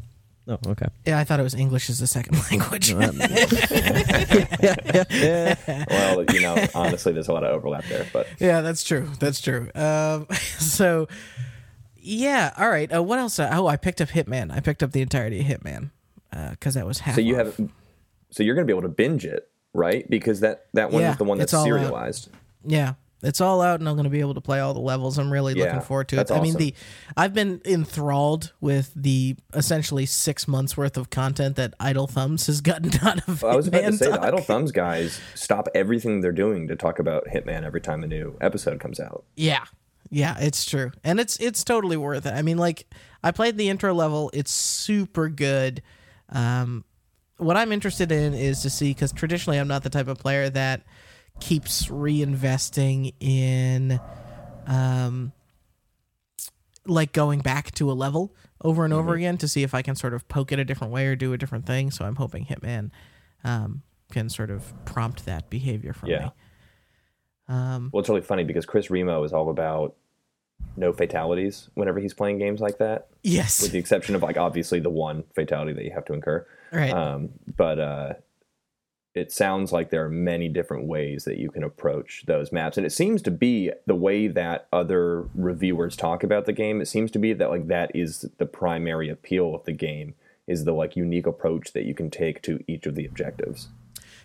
B: Oh, okay.
A: yeah, I thought it was English as a second <laughs> language.
C: Well, you know, honestly, there's a lot of overlap there, but
A: yeah, that's true. That's true. Um, <laughs> so, yeah. All right. Uh, what else? Uh, oh, I picked up Hitman. I picked up the entirety of Hitman because that was half.
C: so you
A: off.
C: have so you're going to be able to binge it right because that that one
A: Yeah,
C: is the one
A: it's
C: that's
A: all uh, out.
C: serialized
A: Yeah. It's all out and I'm going to be able to play all the levels. I'm really
C: Yeah,
A: looking forward to it.
C: that's
A: I mean,
C: awesome.
A: the I've been enthralled with the essentially 6 months worth of content that Idle Thumbs has gotten <laughs> out of.
C: i was about to
A: Hitman
C: say
A: Talk.
C: the idle thumbs guys stop everything they're doing to talk about hitman every time a new episode comes out
A: Yeah. Yeah, it's true. And it's it's totally worth it. I mean, like I played the intro level, it's super good. Um what I'm interested in is to see cuz traditionally I'm not the type of player that keeps reinvesting in um like going back to a level over and
C: Mm-hmm.
A: over again to see if I can sort of poke it a different way or do a different thing. So I'm hoping Hitman um can sort of prompt that behavior from
C: Yeah.
A: me. Um
C: well it's really funny because chris remo is all about no fatalities whenever he's playing games like that
A: yes.
C: with the exception of like obviously the one fatality that you have to incur
A: right.
C: um, but uh, it sounds like there are many different ways that you can approach those maps and it seems to be the way that other reviewers talk about the game it seems to be that like that is the primary appeal of the game is the like unique approach that you can take to each of the objectives.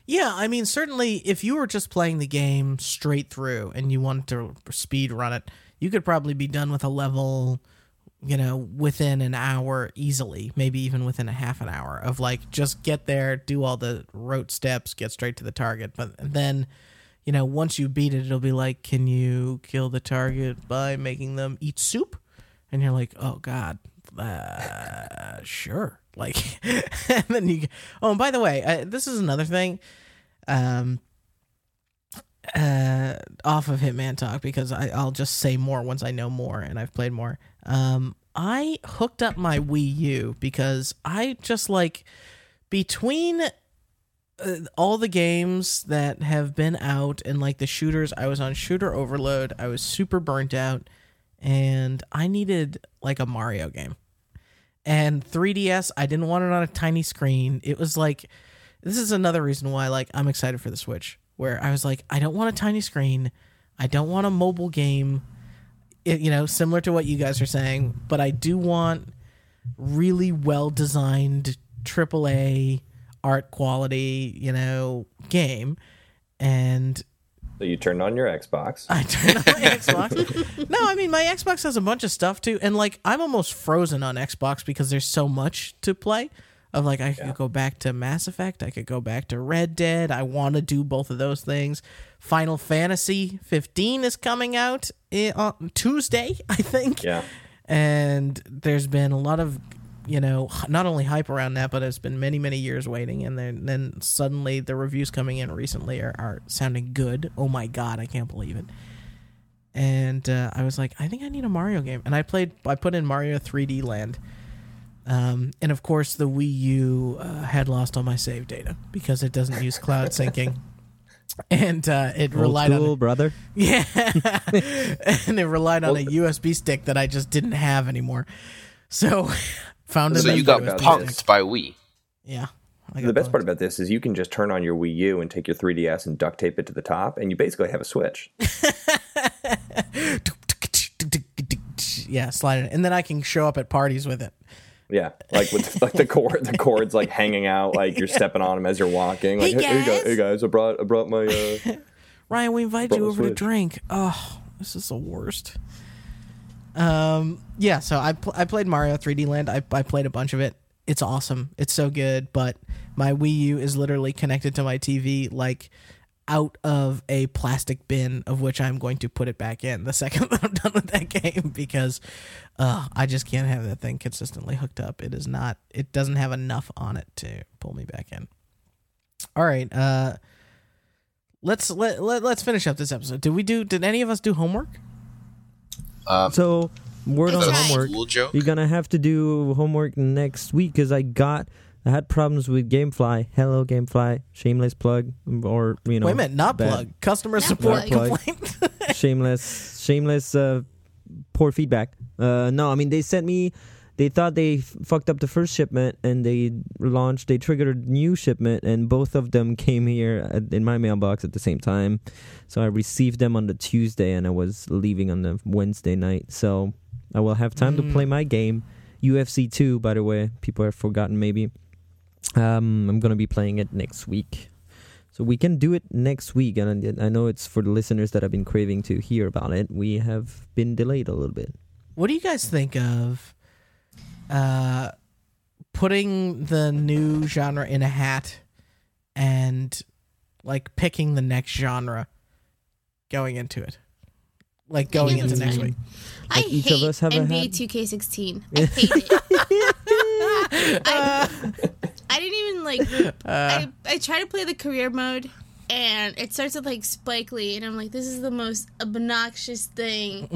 A: Yeah, I mean, certainly if you were just playing the game straight through and you wanted to speed run it, you could probably be done with a level, you know, within an hour easily, maybe even within a half an hour of like just get there, do all the rote steps, get straight to the target. But then, you know, once you beat it, it'll be like, can you kill the target by making them eat soup? And you're like, oh God, uh, sure. Like, <laughs> and then you. Oh, and by the way, uh, this is another thing. Um, uh, off of Hitman Talk because I, I'll just say more once I know more and I've played more. Um, I hooked up my Wii U because I just like between uh, all the games that have been out and like the shooters, I was on shooter overload. I was super burnt out and I needed like a Mario game. And 3DS, I didn't want it on a tiny screen. It was like this is another reason why like I'm excited for the Switch where I was like I don't want a tiny screen. I don't want a mobile game. It, you know, similar to what you guys are saying, but I do want really well designed AAA art quality, you know, game. And
C: So you turned on your Xbox.
A: I turned on <laughs> my Xbox. No, I mean my Xbox has a bunch of stuff too, and like I'm almost frozen on Xbox because there's so much to play. Of like I could go back to Mass Effect, I could go back to Red Dead. I want to do both of those things. Final Fantasy 15 is coming out i- on Tuesday, I think.
C: Yeah.
A: And there's been a lot of, you know, h- not only hype around that, but it's been many, many years waiting. And then, then suddenly the reviews coming in recently are, are sounding good. Oh my God, I can't believe it. And uh, I was like, I think I need a Mario game. And I played, I put in Mario 3D Land. Um, and of course, the Wii U uh, had lost all my save data because it doesn't use cloud syncing. And uh, it
B: Old
A: relied on
B: school, brother.
A: yeah. <laughs> and it relied on a USB stick that I just didn't have anymore. So <laughs> found
D: So
A: another
D: you got
A: USB
C: about
D: punked
C: this.
D: by Wii.
A: Yeah. I got
C: The
A: <laughs>
C: best
A: bugged.
C: part about this is you can just turn on your Wii U and take your 3DS and duct tape it to the top, and you basically have a Switch.
A: Yeah, slide it. And then I can show up at parties with it.
C: Yeah, like with like the cord, the cords like hanging out, like you're stepping on them as you're walking. Like,
A: Hey,
C: hey,
A: guys."
C: guys, hey guys, I brought I brought my uh,
A: Ryan, we invited you
C: Brought my
A: over to
C: Switch.
A: drink. Oh, this is the worst. Um, yeah, so I pl- I played Mario 3D Land. I I played a bunch of it. It's awesome. It's so good, but my Wii U is literally connected to my TV like out of a plastic bin of which I'm going to put it back in the <laughs> second that I'm done with that game because uh, I just can't have that thing consistently hooked up. It is not it doesn't have enough on it to pull me back in. All right. Uh let's let, let let's finish up this episode. Did we do? Did any of us do homework?
D: Um,
B: So, word
E: Is
B: on
E: that a
B: homework.
D: school joke?
B: You're gonna have to do homework next week because I got I had problems with GameFly. Hello, GameFly. Shameless plug, or you know,
A: Wait a minute, not
B: bad-
A: plug. Customer
E: Not
A: support
B: plug.
A: complaint. <laughs>
B: shameless, shameless, uh, poor feedback. Uh, no, I mean they sent me. They thought they f- fucked up the first shipment, and they launched. They triggered a new shipment, and both of them came here at, in my mailbox at the same time. So I received them on the Tuesday, and I was leaving on the Wednesday night. So I will have time to play my game, UFC two. By the way, people have forgotten maybe. Um, I'm gonna be playing it next week. So we can do it next week, and I I know it's for the listeners that have been craving to hear about it. We have been delayed a little bit.
A: what do you guys think of uh, putting the new genre in a hat and like picking the next genre going into it, like going
E: Yeah,
A: into next
E: that's fine.
A: week?
E: I
B: Like each
E: hate
B: of us have a
E: NBA
B: hat?
E: 2K16. I hate it.
B: <laughs>
E: I, I didn't even like.
B: Uh.
E: I I try to play the career mode, and it starts with like Spike Lee, and I'm like, this is the most obnoxious
B: <laughs>
E: thing.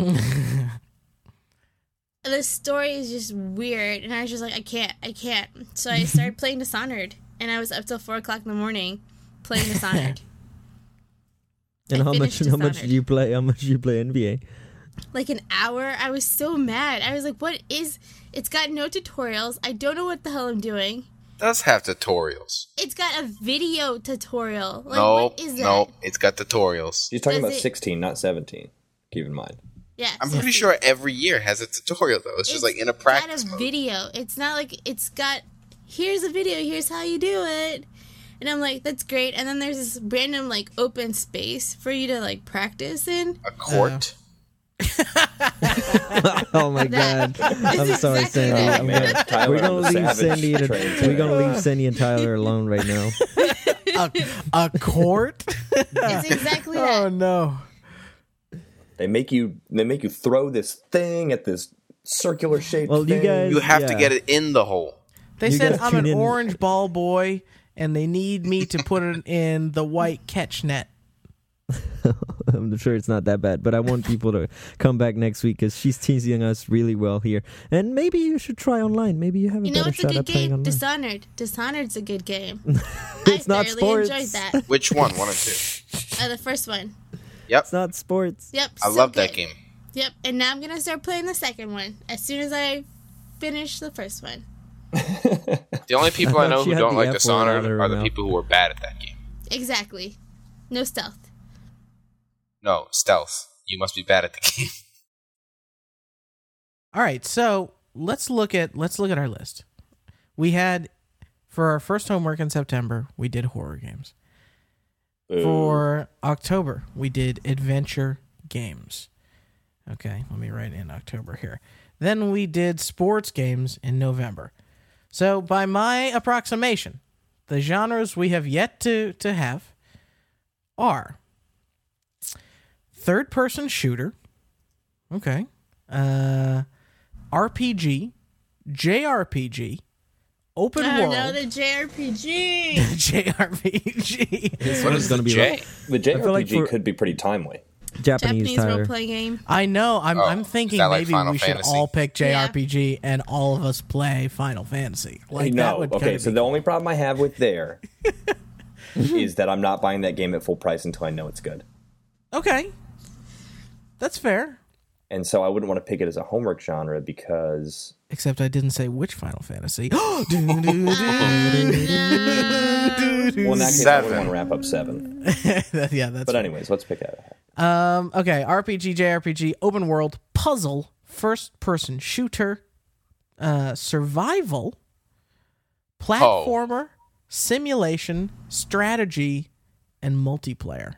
E: And the story is just weird, and I was just like, I can't, I can't. So I
B: <laughs>
E: started playing Dishonored, and I was up till four o'clock in the morning playing
B: <laughs>
E: Dishonored,
B: And
E: I
B: how much?
E: finished
B: How much do
E: Dishonored.
B: you play? How much do you play
E: <laughs>
B: NBA?
E: like an hour. I was so mad. I was like, what is? It's got no tutorials. I don't know what the hell I'm doing.
D: does have tutorials.
E: It's got a video tutorial. Like,
D: no,
E: what is that?
D: no, it's got tutorials.
C: she's talking
E: Does
C: about
E: it-
C: 16, not 17. Keep in mind.
E: Yeah,
D: I'm pretty sure every year has a tutorial though. It's, just like in a practice.
E: It's got
D: mode.
E: a video. It's not like it's got here's a video, here's how you do it. And I'm like, that's great. And then there's this random like open space for you to like practice
B: <laughs>
E: in.
D: A court.
B: oh my
E: That-
B: god! I'm sorry,
E: exactly
B: Sandy.
E: that.
B: I'm gonna-
C: Tyler
B: we're gonna
C: on the
B: leave
C: savage
B: Sandy. And,
C: train
B: we're
C: today.
B: gonna
E: <laughs>
B: leave Sandy and Tyler alone right now.
A: a, a
E: <laughs>
B: <laughs>
A: court?
E: It's exactly
A: oh
E: that.
A: no.
C: They make you they make you throw this thing at this circular shape.
B: Well, you guys-
D: You have to
B: Yeah.
D: get it in the hole.
A: They
B: You
A: said
B: guys
A: I'm an
B: tune in-
A: orange ball boy, and they need me to put it in the white catch net.
B: I'm sure it's not that bad, but I want people to come back next week because she's teasing us really well here. And maybe you should try online. Maybe you have a
E: You know
B: better
E: it's a
B: shot
E: good
B: at playing
E: game.
B: online.
E: Dishonored. Dishonored's a good game.
B: <laughs> It's
E: I
B: not
E: thoroughly
B: sports.
E: enjoyed
B: <laughs>
E: that.
D: Which one? One or two?
E: Uh, the first one.
D: Yep.
B: It's not sports.
E: Yep.
D: I
E: so
D: love that
E: good.
D: game.
E: Yep. And now I'm gonna start playing the second one as soon as I finish the first one.
D: The only people
B: I <laughs>
D: I know
B: thought she
D: who
B: had
D: don't
B: the
D: like
B: F word out
D: Dishonored
B: of her
D: are the
B: mouth.
D: people who are bad at that game.
E: Exactly. No stealth.
D: No, stealth. You must be bad at the <laughs> game.
A: All right, so let's look at let's look at our list. We had for our first homework in September, we did horror games.
C: Ooh.
A: For October, we did adventure games. Okay, let me write in October here. Then we did sports games in November. So, by my approximation, the genres we have yet to, to have are third person shooter, okay, uh, RPG, JRPG, open
E: Oh
A: world,
E: no, the
A: <laughs>
E: JRPG.
A: JRPG.
D: What
B: one's
D: is the
B: gonna be
D: J?
B: like-
C: the JRPG
B: feel like for-
C: could be pretty timely.
B: Japanese,
E: Japanese
B: Tyler.
E: role playing game.
A: I know. I'm,
D: Oh,
A: I'm
D: is
A: thinking
D: that like
A: maybe
D: Final
A: we
D: Fantasy?
A: should all pick
E: Yeah.
A: JRPG and all of us play Final Fantasy. Like that
C: no,
A: would
C: okay.
A: kinda
C: So
A: be-
C: the only problem I have with there is that I'm not buying that game at full price until I know it's good,
A: okay, that's fair.
C: and so I wouldn't want to pick it as a homework genre because
A: Except I didn't say which Final
C: <laughs>
A: Fantasy. <gasps> Do, do, <laughs> do, do, do.
C: well, in that case, I
D: Seven.
C: would want to wrap up seven.
A: yeah, that's.
C: But uh, anyways, let's pick that.
A: Um, okay, RPG, JRPG, open world, puzzle, first person shooter, uh, survival, platformer, simulation, strategy, and multiplayer.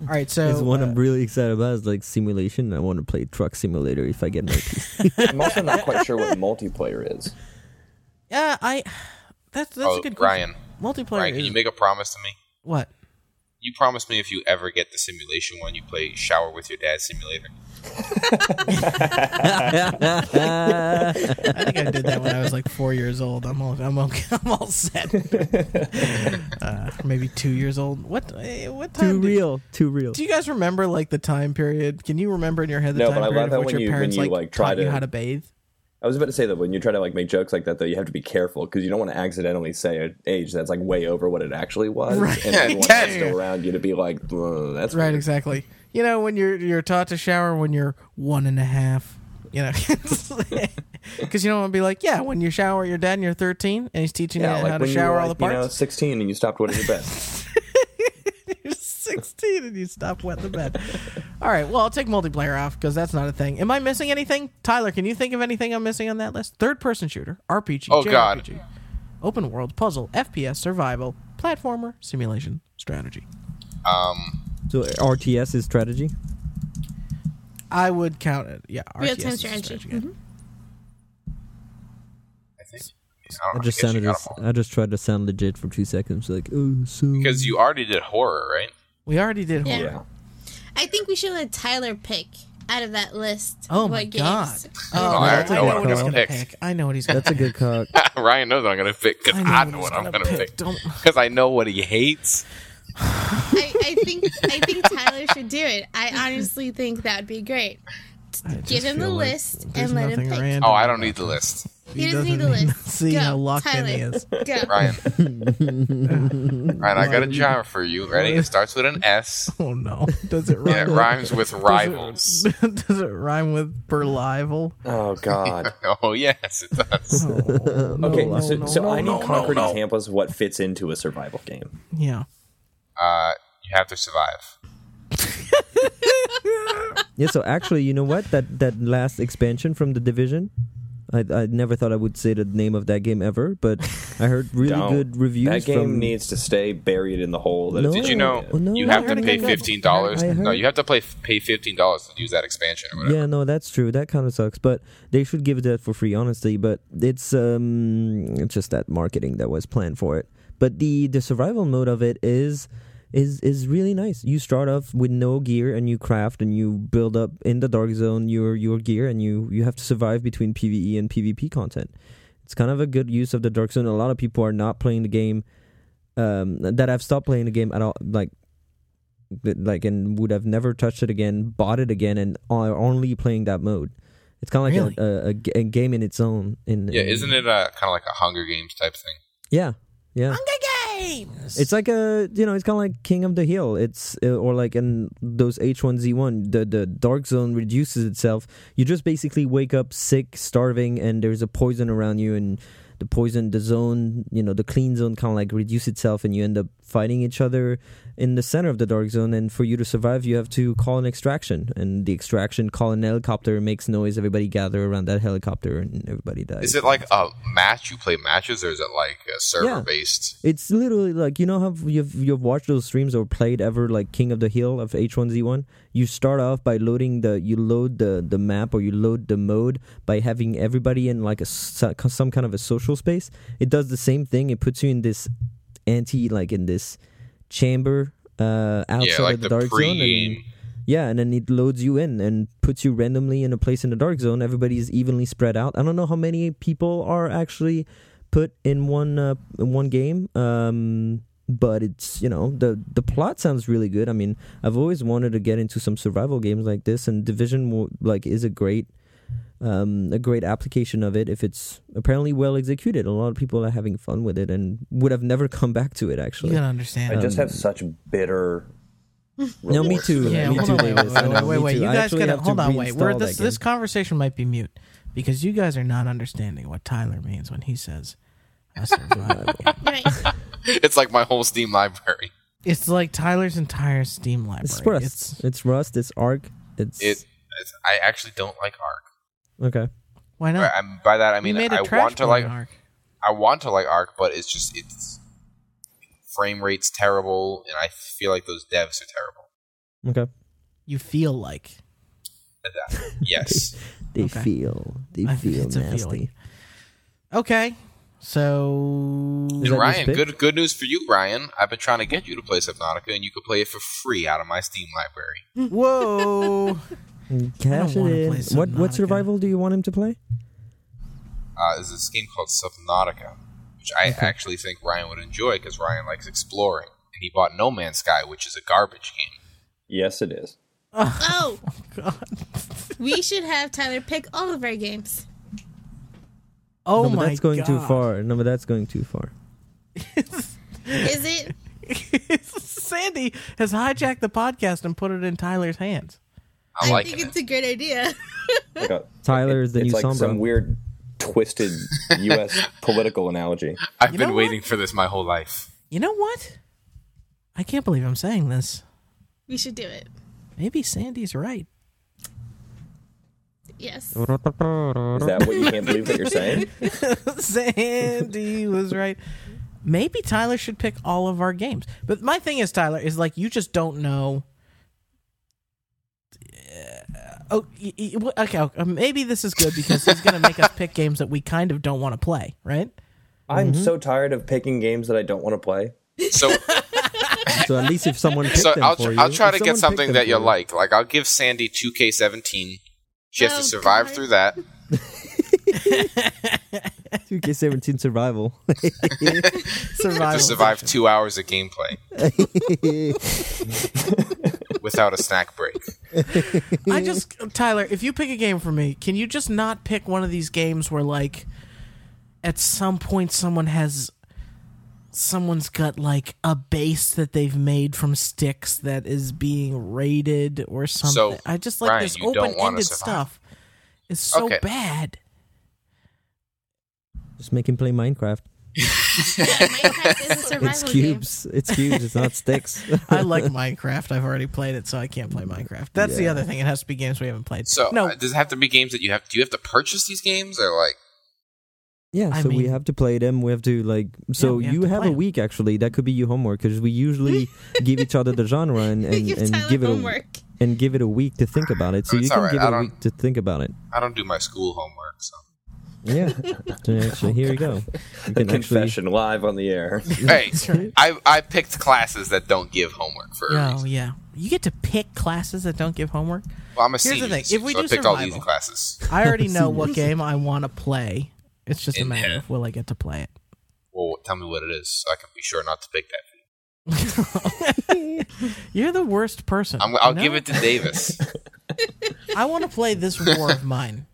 A: All right, so
B: It's one
A: uh,
B: I'm really excited about. Is like simulation. I want to play truck simulator if I get my piece.
C: I'm also not quite sure what multiplayer is.
A: yeah, I that's that's
D: Oh,
A: a good question.
D: Ryan.
A: Multiplayer
D: Right? Can
A: is
D: you make a promise to me?
A: what?
D: You promised me if you ever get the simulation one, you play shower with your dad simulator.
A: I think I <laughs> did that when I was like four years old. I'm all I'm all, <laughs> I'm all
C: <laughs>
A: set. uh, maybe two years old. What eh, what time?
B: <laughs> too
A: did-
B: real. Too real.
A: Do you guys remember like the time period? Can you remember in your head the
C: No,
A: time
C: but I love
A: period of
C: that
A: what
C: when
A: your
C: you- when
A: parents
C: you,
A: like,
C: like, try
A: taught you
C: to-
A: how to bathe?
C: I was about to say that when you try to like make jokes like that, though, you have to be careful because you don't want to accidentally say an age that's like way over what it actually was,
A: Right.
C: and everyone
D: Yeah,
C: else
D: ten.
C: around you to be like, "Ugh, "That's
A: Right,
C: weird."
A: exactly. You know when you're you're taught to shower when you're one and a half. You know, <laughs> because you don't want to be like, yeah, when you shower, your dad and you're 13, and he's teaching
C: Yeah,
A: you
C: like
A: how to
C: when you
A: shower
C: were
A: all the
C: like, you know,
A: parts.
C: 16 and you stopped wetting your bed.
A: <laughs> You are 16 and you stop wet the bed. all right, well, I'll take multiplayer off because that's not a thing. Am I missing anything, Tyler? Can you think of anything I'm missing on that list? Third person shooter, RPG,
D: Oh,
A: JRPG,
D: God.
A: open world, puzzle, FPS, survival, platformer, simulation, strategy.
D: Um,
B: So RTS is strategy.
A: I would count it. Yeah,
E: Real-time
A: RTS is a
E: strategy. Mm-hmm.
A: game.
D: I think. I,
B: I
D: don't know,
B: just
D: I guess you
B: sounded.
D: got
B: as-
D: 'em all.
B: I just tried to sound legit for two seconds. Like oh, so
D: because you already did horror, right?
A: We already did
E: Yeah.
A: horror.
C: Yeah.
E: I think we should let Tyler pick out of that list.
A: Oh
E: what
A: my
E: games.
A: god! Oh,
D: I already know what I'm
A: he's
D: gonna
A: gonna
D: pick.
A: I know what he's
D: <laughs>
A: gonna.
B: that's a good cock.
D: Ryan knows what I'm gonna pick because I, know what
A: he's
D: I'm gonna pick
A: Don't.
D: because I know what he hates.
E: I, I think I
A: <laughs>
E: think Tyler should do it. I honestly think that'd be great.
A: I
E: Give
A: just
E: him the
A: feel like
E: list
A: there's
E: and let him
A: nothing
E: pick.
A: random
D: Oh, I don't
A: about
D: need the list.
E: He, doesn't,
A: doesn't
E: need the
A: need
E: list.
A: to <laughs> see
E: Go,
A: how locked in
E: Tyler.
A: he is.
E: Go.
B: <laughs>
D: Ryan, Ryan, I got a jar for you. Ready? It starts with an S.
A: Oh no! Does it
D: And
B: <laughs>
A: rhyme?
D: it
A: with-
D: rhymes with rivals. <laughs>
A: Does it, <laughs> does it rhyme with Berlival?
C: Oh
D: <laughs>
C: God.
D: Oh yes, it does.
B: Oh.
C: okay,
A: no,
C: so,
A: no,
C: so
A: no,
C: I need
A: no, no,
C: concrete
A: no.
C: examples of what fits into a survival game.
A: Yeah.
D: Uh, you have to survive.
B: Yeah, so actually, you know what? That that last expansion from the division, I, I never thought I would say the name of that game ever, but I heard really
C: Don't.
B: good reviews.
C: That game
B: from,
C: needs to stay buried in the hole. That
B: No.
C: it's
B: Did
D: Did you know
B: Oh, no,
D: you
B: I
D: have to
B: heard
D: pay
B: about that.
D: fifteen dollars?
B: I
D: No,
B: heard-
D: you have to play, pay fifteen dollars to use that expansion or whatever.
B: Yeah, no, that's true. That kind of sucks, but they should give it that for free, honestly. But it's um, it's just that marketing that was planned for it. But the the survival mode of it is is is really nice. You start off with no gear and you craft and you build up in the dark zone your your gear and you you have to survive between PVE and PvP content. It's kind of a good use of the dark zone. A lot of people are not playing the game um, that have stopped playing the game at all, like that- like and would have never touched it again, bought it again, and are only playing that mode. It's kind of like a a, a, g- a game in its own. In
D: Yeah, isn't it uh, kind of like a Hunger Games type thing?
B: Yeah, yeah.
A: Hunger Games.
B: It's like a you know, it's kind of like King of the Hill. It's uh, or like in those H one Z one, the the dark zone reduces itself. You just basically wake up sick, starving, and there's a poison around you, and the poison, the zone, you know, the clean zone kind of like reduce itself, and you end up fighting each other in the center of the dark zone. And for you to survive, you have to call an extraction, and the extraction call an helicopter makes noise. Everybody gather around that helicopter, and everybody dies.
D: Is it like a match? You play matches, or is it like a server based?
B: It's literally like you know how you've you've watched those streams or played ever like King of the Hill of H1Z1. You start off by loading the you load the the map or you load the mode by having everybody in like a so- some kind of a social space. It does the same thing. It puts you in this anti like in this chamber uh outside
D: Yeah, like
B: of the,
D: the
B: dark zone. And,
D: pre-game.
B: yeah, and then it loads you in and puts you randomly in a place in the dark zone. Everybody's evenly spread out. I don't know how many people are actually put in one uh, in one game, um, but it's you know the the plot sounds really good. I mean, I've always wanted to get into some survival games like this, and Division wo- like is a great um, a great application of it if it's apparently well executed. A lot of people are having fun with it and would have never <laughs> come back to it
A: you
B: actually.
A: gotta understand.
C: I just have such bitter.
B: No, me
C: remorse for
B: too.
C: that.
A: Yeah,
B: me
A: hold
B: too,
A: on, wait, wait,
B: Davis. I
A: wait,
B: know,
A: wait,
B: me
A: wait.
B: too.
A: You
B: I
A: guys
B: actually
A: gotta
B: have to
A: hold on, wait. We're
B: reinstall
A: this
B: that
A: this
B: game.
A: conversation might be mute because you guys are not understanding what Tyler means when he says a
B: <laughs>
A: survival.
E: Right.
D: It's like my whole Steam library.
A: it's like Tyler's entire Steam library.
B: It's Rust.
A: It's-
B: It's, Rust. It's Arc. It's,
D: It. It's, I actually don't like Ark.
B: okay.
A: why not?
D: Right, I'm, by that I
A: We
D: mean
A: made a
D: I
A: trash
D: want to
A: bowling
D: like
A: arc.
D: I want to like Ark, but it's just it's frame rates terrible, and I feel like those devs are terrible.
B: Okay.
A: You feel like
D: At
B: <laughs>
D: that. Yes,
B: They
A: Okay.
B: feel. They
A: I-
B: feel
A: it's a
B: nasty.
A: feeling. okay. So
B: Is <laughs>
D: And
B: that your
D: Ryan,
B: pick?
D: good good news for you, Ryan. I've been trying to get you to play Subnautica, and you could play it for free out of my Steam library.
A: whoa,
B: Cash
A: wanna
B: it
A: play
B: in. What what
A: Subnautica.
B: survival do you want him to play?
D: Uh, there's this game called Subnautica, which I actually think Ryan would enjoy because Ryan likes exploring, and he bought No Man's Sky, which is a garbage game.
C: Yes, it is.
E: Oh,
A: God.
E: we should have Tyler pick all of our games.
A: oh
B: no, but
A: my
B: that's going too
A: God.
B: far. No, but that's going too far.
E: Is it?
A: <laughs> Sandy has hijacked the podcast and put it in Tyler's hands.
D: I,
E: I
D: like
E: think
D: it.
E: it's a great idea. <laughs>
C: Like
B: <laughs>
C: a-
B: Tyler is the
C: it's
B: new
C: like
B: Sombra.
C: some weird, twisted
A: <laughs>
C: U.S. political analogy.
D: I've
A: You know
D: been
A: what?
D: waiting for this my
A: <laughs>
D: whole life.
A: You know what? I can't believe I'm saying this.
E: We should do it.
A: Maybe Sandy's right. <laughs>
E: Yes.
C: Is that what you can't believe that
A: <laughs>
C: you're saying?
A: Sandy was right. Maybe Tyler should pick all of our games. But my thing is, Tyler, is like you just don't know. Uh, oh, y- y- well, okay, okay. Maybe this is good because he's going to make us pick games that we kind of don't want to play,
D: <laughs>
A: right?
C: I'm
A: Mm-hmm.
C: so tired of picking games that I don't want to play.
D: So
B: so at least
D: <laughs>
B: if someone picks
D: so
B: them
D: I'll,
B: for
D: tr-
B: you,
D: I'll try
B: if
D: to get
B: someone
D: something
B: picked
D: that
B: them
D: you
B: for
D: like. Like I'll give Sandy 2K17. She has
E: Oh,
D: to survive
E: God.
D: through that. <laughs>
B: 2K17 survival.
A: Survival.
D: To survive two hours
A: <laughs>
D: of gameplay without a snack break.
A: I just Tyler, if you pick a game for me, can you just not pick one of these games where like at some point someone has someone's got like a base that they've made from sticks that is being raided or something. I just like
D: Ryan,
A: this
D: you don't wanna
A: open-ended
D: survive.
A: stuff is so
D: Okay.
A: bad.
B: Just make him play Minecraft.
E: Minecraft is a survival
B: It's cubes. It's cubes.
E: <laughs>
B: It's not sticks. <laughs>
A: I like Minecraft. I've already played it, so I can't play Minecraft. That's the
B: Yeah.
A: other thing. It has to be games we haven't played.
D: So
A: no,
D: uh, does it have to be games that you have? Do you have to purchase these games or like?
B: Yeah,
A: I
B: so we
A: mean-
B: have to play them. We have to like. So
A: we have
B: you
A: to
B: have
A: play
B: a
A: 'em.
B: week actually. That could be your homework because
E: <laughs>
B: we usually give each other the genre and and,
E: Give
B: and
E: Tyler
B: give it
E: homework.
B: a and give it a week to think about it. So
D: It's
B: you can
D: alright,
B: give
D: I
B: it a
D: don't-
B: week to think about it.
D: I don't do my school homework,
A: <laughs>
D: so
B: Yeah. <laughs> so actually, here you go. You can actually.
C: Confession live on
A: <laughs>
C: the air.
D: hey,
A: right.
D: I I picked classes that don't give homework for. a
A: no,
D: reason.
A: yeah. You get to pick classes that don't give homework.
D: Well, I'm a
A: Here's the
D: senior,
A: thing,
D: so
A: if we
D: I
A: do
D: picked all the easy
A: survival-
D: classes.
A: I
C: <laughs>
A: already know what game I want to play. It's just a
D: In
A: matter
D: there.
A: of will I get to play it.
D: Well, tell me what it is, so I can be sure not to pick that.
A: You're the worst person.
D: I'm, I'll
A: you
D: give
A: know?
D: it to
A: <laughs>
D: Davis.
A: I want to
D: <laughs>
A: play this war of mine.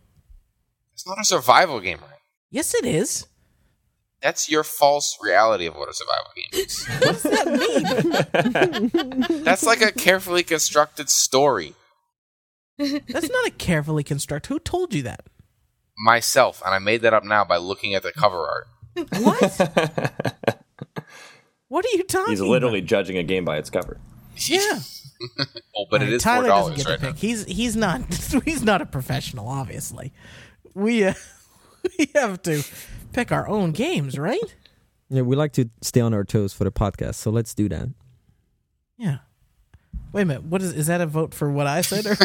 D: it's not a survival game, right?
A: Yes, it is.
D: That's your false reality of what a survival game is. what does that mean? <laughs> That's like a carefully constructed story.
A: That's not a carefully construct. Who told you that?
D: Myself, and I made that up now by looking at the cover art.
A: What? what are you talking?
C: He's literally judging a game by its cover.
A: about?
D: <laughs>
A: yeah.
D: Oh, but
A: All
D: it
A: right,
D: is four
A: Tyler doesn't
D: dollars
A: get
D: right
A: to
D: now.
A: pick. He's he's not <laughs> he's not a professional, obviously. We uh, <laughs> we have to pick our own games, right?
B: Yeah, we like to stay on our toes for the podcast, so let's do that.
A: Yeah. Wait a minute. What is is that a vote for what I said or,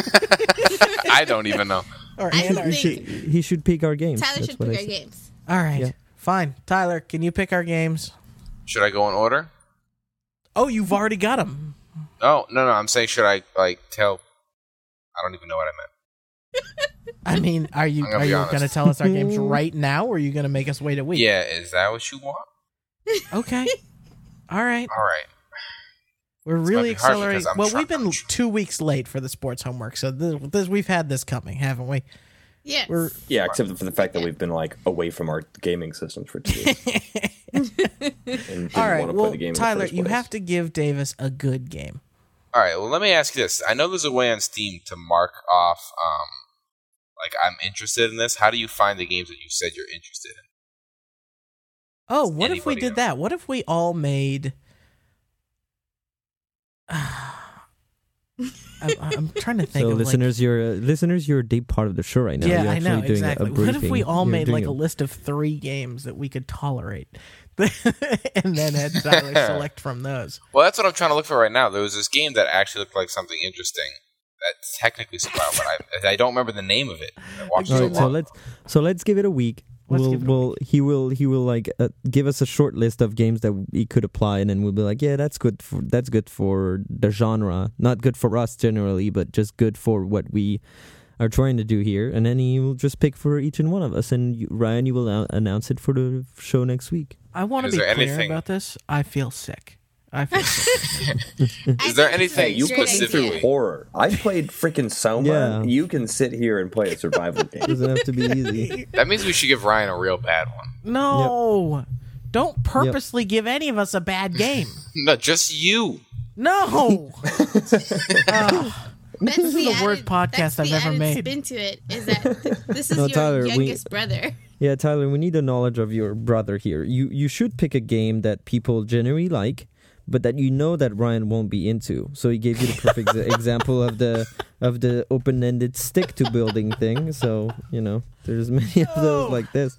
D: I don't even know.
A: or
E: I
A: Anna?
E: think
B: He should pick our games.
E: Tyler
B: That's
E: should
B: what I
E: pick our
B: said.
E: games.
A: All right.
B: Yeah.
A: Fine. Tyler, can you pick our games?
D: Should I go in order?
A: Oh, you've already got them.
D: Oh no, no. I'm saying should I like tell? I don't even know what I meant.
A: I mean, are you
D: I'm gonna
A: are
D: be
A: you
D: honest.
A: going to tell us our <laughs> games right now or are you going to make us wait a week?
D: Yeah, is that what you want?
A: <laughs> Okay. All right.
D: All right.
A: We're
D: might
A: really
D: be hard
A: accelerating.
D: because I'm
A: Well,
D: trying-
A: we've been
D: I'm tr-
A: 2 weeks late for the sports homework. So this, this we've had this coming, haven't we?
E: Yes.
A: We're
C: Yeah, except for the fact that we've been like away from our gaming systems for two
A: <laughs>
C: weeks. and didn't
A: All
C: want
A: right.
C: to play
A: Well,
C: the game in the
A: Tyler,
C: first
A: you
C: place.
A: have to give Davis a good game.
D: All right. Well, let me ask you this. I know there's a way on Steam to mark off, um, like I'm interested in this. How do you find the games that you said you're interested in?
A: Oh, what if we
D: anybody
A: did
D: else.
A: that? What if we all made? <sighs> I'm, I'm trying to think.
B: So
A: of
B: listeners, you're uh, listeners, you're a deep part of the show right now.
A: like, yeah,
B: You're
A: I
B: actually
A: know
B: doing a-
A: exactly.
B: A
A: What if we
B: briefing.
A: all
B: You're
A: made
B: doing
A: like a
B: a-
A: list of three games that we could tolerate, <laughs> and then had Tyler
D: <laughs>
A: select from those?
D: Well, that's what I'm trying to look for right now. There was this game that actually looked like something interesting. That's technically survival, but I, I don't remember the name of it. I watched
B: All
D: it a
B: right, so
D: lot.
B: let's so let's give it a week.
A: Let's
B: we'll
A: give it a
B: we'll he will he will like uh, give us a short list of games that he could apply, and then we'll be like, yeah, that's good. For, that's good for the genre, not good for us generally, but just good for what we are trying to do here. And then he will just pick for each and one of us, and you, Ryan, you will a- announce it for the show next week.
A: I want to
D: Is
A: be clear
D: there anything-
A: about this. I feel sick. I
D: <laughs>
A: feel sick.
D: Is there anything
C: Hey, you
D: Great
C: put me through
D: idea.
C: horror. I played freaking Soma.
B: Yeah.
C: You can sit here and play a
B: <laughs>
C: survival game.
B: Doesn't have to be <laughs> easy.
D: That means we should give Ryan a real bad one.
A: No, don't purposely give any of us a bad
B: <laughs>
A: game.
D: <laughs> No, just you.
A: No.
E: That's this
A: is the worst podcast
E: that's the
A: I've ever
E: added
A: made.
E: Spin to it is that th- this is
B: No,
E: your
B: Tyler, we-
E: youngest brother.
B: Yeah, Tyler, we need the knowledge of your brother here. You you should pick a game that people generally like, but that you know that Ryan won't be into. So he gave you the perfect
A: <laughs>
B: example of the of the open-ended stick to building thing. So you know, there's many of those like this.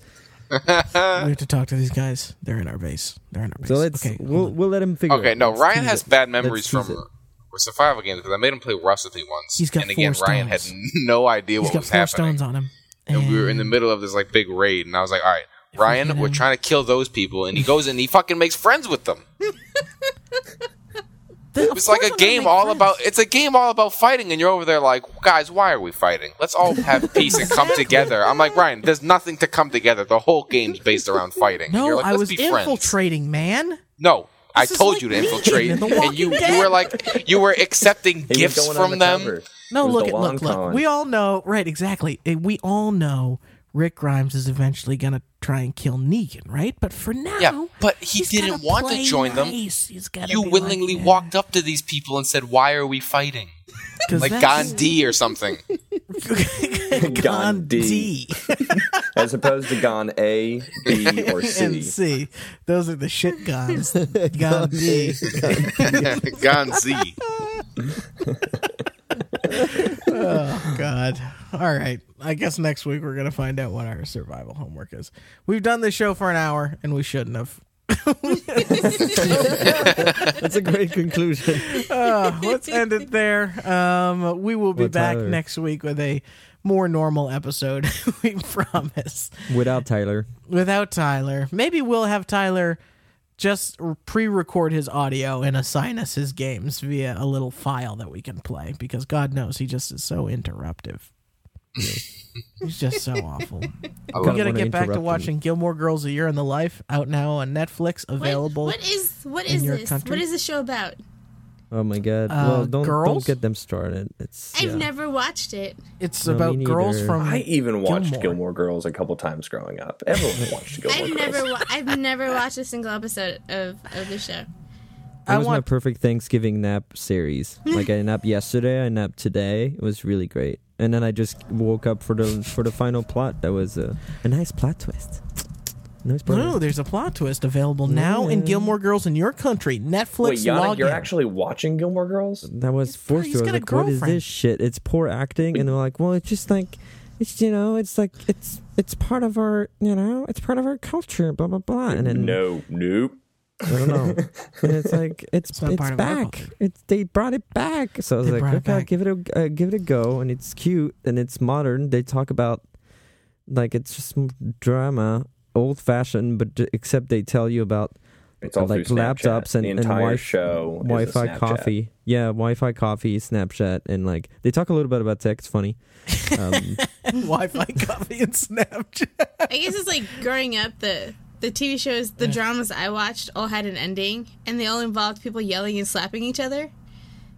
A: we have to talk to these guys. They're in our base. They're in our base.
B: So let's
A: okay.
B: we'll we'll let him figure.
D: Okay,
B: it.
D: no,
B: Let's
D: Ryan
B: tease
D: has
B: it.
D: bad memories
B: Let's
D: from
B: tease it.
D: or survival games because I made him play Rust with me once.
A: He's got
D: and again,
A: four
D: Ryan had
A: stones.
D: <laughs> no idea
A: He's
D: what
A: got
D: was
A: four
D: happening.
A: stones on him.
D: and we were in the middle of this like big raid, and I was like, "All right, Ryan, we're trying to kill those people," and he goes and he fucking makes friends with them. It's like a game all about it's a game all about fighting, and you're over there like, "Guys, why are we fighting? Let's all have
A: <laughs>
D: peace and come together." I'm like, Ryan, there's nothing to come together. The whole game's based around fighting. and
A: No,
D: you're like,
A: I
D: "Let's
A: was
D: be friends."
A: infiltrating, man.
D: No. I
A: This is
D: told
A: like
D: you to
A: me
D: infiltrate,
A: <laughs> in The
D: and you,
A: Walking
D: you were
A: Dead.
D: like you were accepting
C: He was
D: gifts
C: going on
D: from
C: the
D: them.
C: cover.
A: No,
C: It was
A: look,
C: the
A: at,
C: long
A: look, look.
C: con.
A: We all know, right? Exactly. Uh, We all know Rick Grimes is eventually gonna try and kill Negan, right? But for now,
D: Yeah, but he
A: he's
D: didn't
A: gotta
D: want to
A: play
D: join them.
A: nice. He's gotta
D: You
A: be
D: willingly
A: like,
D: walked up to these people and said, "Why are we fighting?"
A: yeah, 'cause <laughs>
D: Like
A: that's-
D: Gandhi or something. <laughs>
A: Gandhi.
C: Gandhi. as opposed to gone A, B, or C.
A: and C. Those are the shit
D: <laughs>
A: guns. Gun D.
D: Gone Z.
A: Oh God. All right. I guess next week we're gonna find out what our survival homework is. We've done this show for an hour and we shouldn't have.
B: That's
D: <laughs>
B: a great conclusion.
A: <laughs> Uh, let's end it there. Um, we will be
B: Well,
A: back
B: Tyler.
A: next week with a more normal episode. <laughs> we promise.
B: Without Tyler.
A: Without Tyler, maybe we'll have Tyler just r- pre-record his audio and assign us his games via a little file that we can play because God knows he just is so
D: <laughs>
A: interruptive. He's just so awful.
D: I
A: We gotta
D: love
B: wanna
A: get back to
B: interrupt him.
A: watching Gilmore Girls: A Year in the Life, out now on Netflix, available.
E: What, what is what
A: in
E: is
A: your
E: this?
A: country?
E: What is the show about?
B: Oh my god.
A: Uh,
B: well, don't
A: girls?
B: don't get them started. It's
E: I've
B: yeah.
E: never watched it.
A: It's
B: No,
A: about
B: me
A: girls
B: neither.
A: from.
C: I even watched
A: Gilmore.
C: Gilmore. Girls a couple times growing up. Everyone watched Gilmore
E: I've
C: Girls.
E: never wa- I've never watched a single episode of of the show.
B: It
A: I
B: was my
A: want-
B: perfect Thanksgiving nap
A: <laughs>
B: series. Like I napped yesterday, I napped today. It was really great. And then I just woke up for the for the final plot. That was a, a nice plot twist. Nice plot.
A: No,
B: twist.
A: there's a plot twist available now in
B: Yeah.
A: Gilmore Girls in your country. Netflix
C: Wait, Yana,
A: login.
C: you're actually watching Gilmore Girls?
B: That was forced
A: he's
B: to. I was
A: got a
B: like, what is
A: girlfriend.
B: this shit? It's poor acting. And they're like, well, it's just like, it's you know, it's like it's it's part of our you know, it's part of our culture. Blah blah blah. And then
C: No, nope.
B: I don't know. <laughs> and it's like it's it's,
A: not part of our
B: back.
A: culture.
B: It's they brought it back. So I was
A: They
B: like,
A: brought it
B: okay, I'll
A: back.
B: give it a uh, give it a go. And it's cute and it's modern. They talk about like it's just m- drama, old fashioned, but d- except they tell you about
C: It's all
B: like
C: through Snapchat.
B: laptops and
C: the
B: and
C: entire
B: wi-
C: show. is a
B: Wi-Fi
C: Snapchat.
B: coffee. Yeah, Wi-Fi coffee, Snapchat, and like they talk a little bit about tech. It's funny. Um,
A: <laughs> Wi-Fi coffee and Snapchat.
E: I guess it's like growing up the the TV shows, the dramas I watched all had an ending and they all involved people yelling and slapping each other,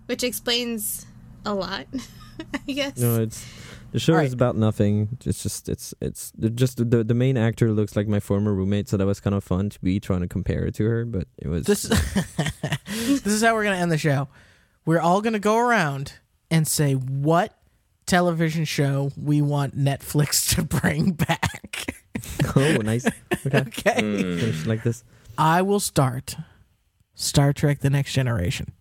E: which explains a lot, <laughs> I guess.
B: No, it's the show
A: Alright.
B: is about nothing. It's just it's it's the- just the the main actor looks like my former roommate, so that was kind of fun to be trying to compare it to her. But it was
A: <laughs> This, <laughs> this is how we're gonna end the show. We're all gonna go around and say what television show we want Netflix <laughs> to bring back.
B: <laughs>
A: <laughs>
B: oh nice. Okay,
A: okay.
C: Hmm.
B: finish like this. <laughs>
A: I will start Star Trek The Next Generation.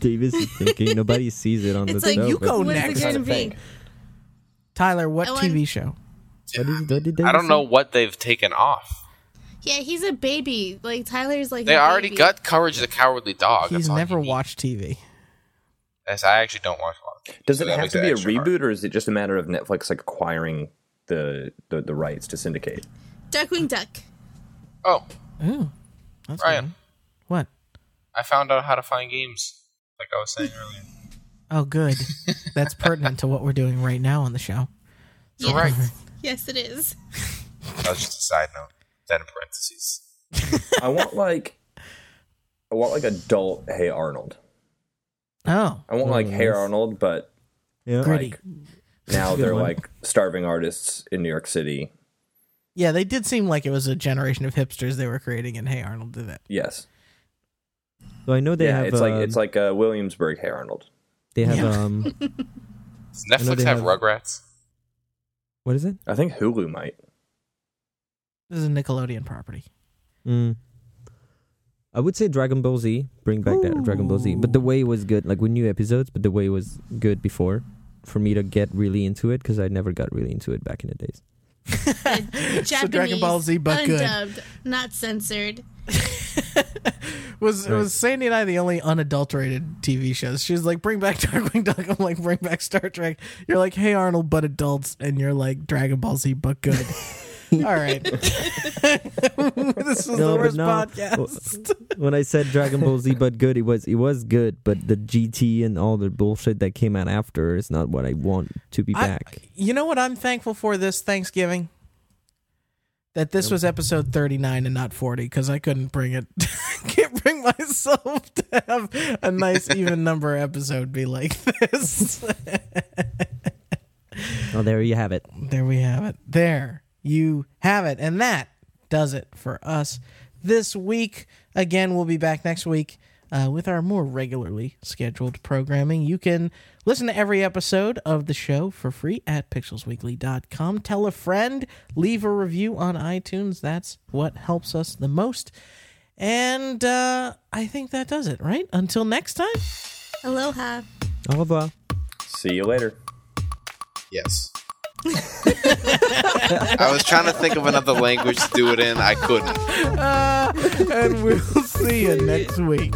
B: Davis is thinking nobody sees it on
E: It's
B: the
E: like,
B: show.
A: you
B: but
A: go
E: What is
A: next.
E: it going to be?
A: Tyler, what
E: I want-
A: TV show?
C: Oh,
B: what did- what did
D: I
B: Davis
D: don't know
B: say?
D: what they've taken off.
E: Yeah, he's a baby. Like Tyler's like
D: They
E: a
D: already
E: baby.
D: got Courage the Cowardly Dog.
A: He's
D: That's all
A: never
D: you need.
A: watched TV.
D: Yes, I actually don't watch a lot. of TV,
C: Does
D: so
C: it
D: that
C: have
D: makes
C: to be a
D: extra
C: reboot,
D: hard.
C: or is it just a matter of Netflix like acquiring the the, the rights to syndicate?
E: Darkwing Duck.
D: Oh,
A: Ooh, that's
D: Ryan.
A: good. What?
D: I found out how to find games, like I was saying earlier.
A: Oh, good. That's pertinent to what we're doing right now on the show.
D: You're
E: <laughs>
D: right.
E: Yes,
A: <laughs>
E: it is.
D: That was just a side note. Then in parentheses.
C: I want like I want like adult Hey Arnold.
A: Oh,
C: I want like
B: Oh,
C: Hey
B: nice.
C: Arnold, but
B: Yeah.
A: gritty.
C: now they're
B: one.
C: like starving artists in New York City.
A: Yeah, they did seem like it was a generation of hipsters they were creating, and Hey Arnold did it.
C: Yes,
B: So I know they
C: yeah,
B: have.
C: it's
B: um,
C: like it's like uh, Williamsburg Hey Arnold.
B: they have.
A: Yeah. <laughs>
B: Um,
D: Does
B: know
D: Netflix
B: they
D: have
B: have-
D: Rugrats?
B: what is it?
C: I think Hulu might.
A: This is a Nickelodeon property. <laughs>
B: Mm. I would say Dragon Ball Z. Bring back that Dragon Ball Z. But the way was good. Like with new episodes, but the way was good before for me to get really into it because I never got really into it back in the days.
E: Japanese,
A: So Dragon Ball Z, but good.
E: undubbed, not censored.
A: Was
B: Right.
A: was Sandy and I the only unadulterated TV shows? She was like, "Bring back <laughs> Darkwing Duck." I'm like, "Bring back Star Trek." You're like, "Hey Arnold, but adults," and you're like, "Dragon Ball Z, but good." All right, <laughs> this was
B: No,
A: the
B: but
A: worst
B: no.
A: podcast.
B: when I said Dragon Ball Z, but good, it was it was good. But the GT and all the bullshit that came out after is not what I want to be
A: I-
B: back.
A: you know what I'm thankful for this Thanksgiving? That this was episode 39 and not 40 because I couldn't bring it. <laughs> can't bring myself to have a nice even number episode be like this.
B: Oh, there you have it.
A: there we have it. There you have it. And that does it for us this week. Again, we'll be back next week. uh, with our more regularly scheduled programming. You can listen to every episode of the show for free at pixelsweekly.com. Tell a friend, leave a review on iTunes. That's what helps us the most. And uh, I think that does it, right? Until next time.
E: Aloha.
B: Oliver.
C: See you later.
D: Yes. <laughs> I was trying to think of another language to do it in. I couldn't.
A: <laughs> And we'll see you next week.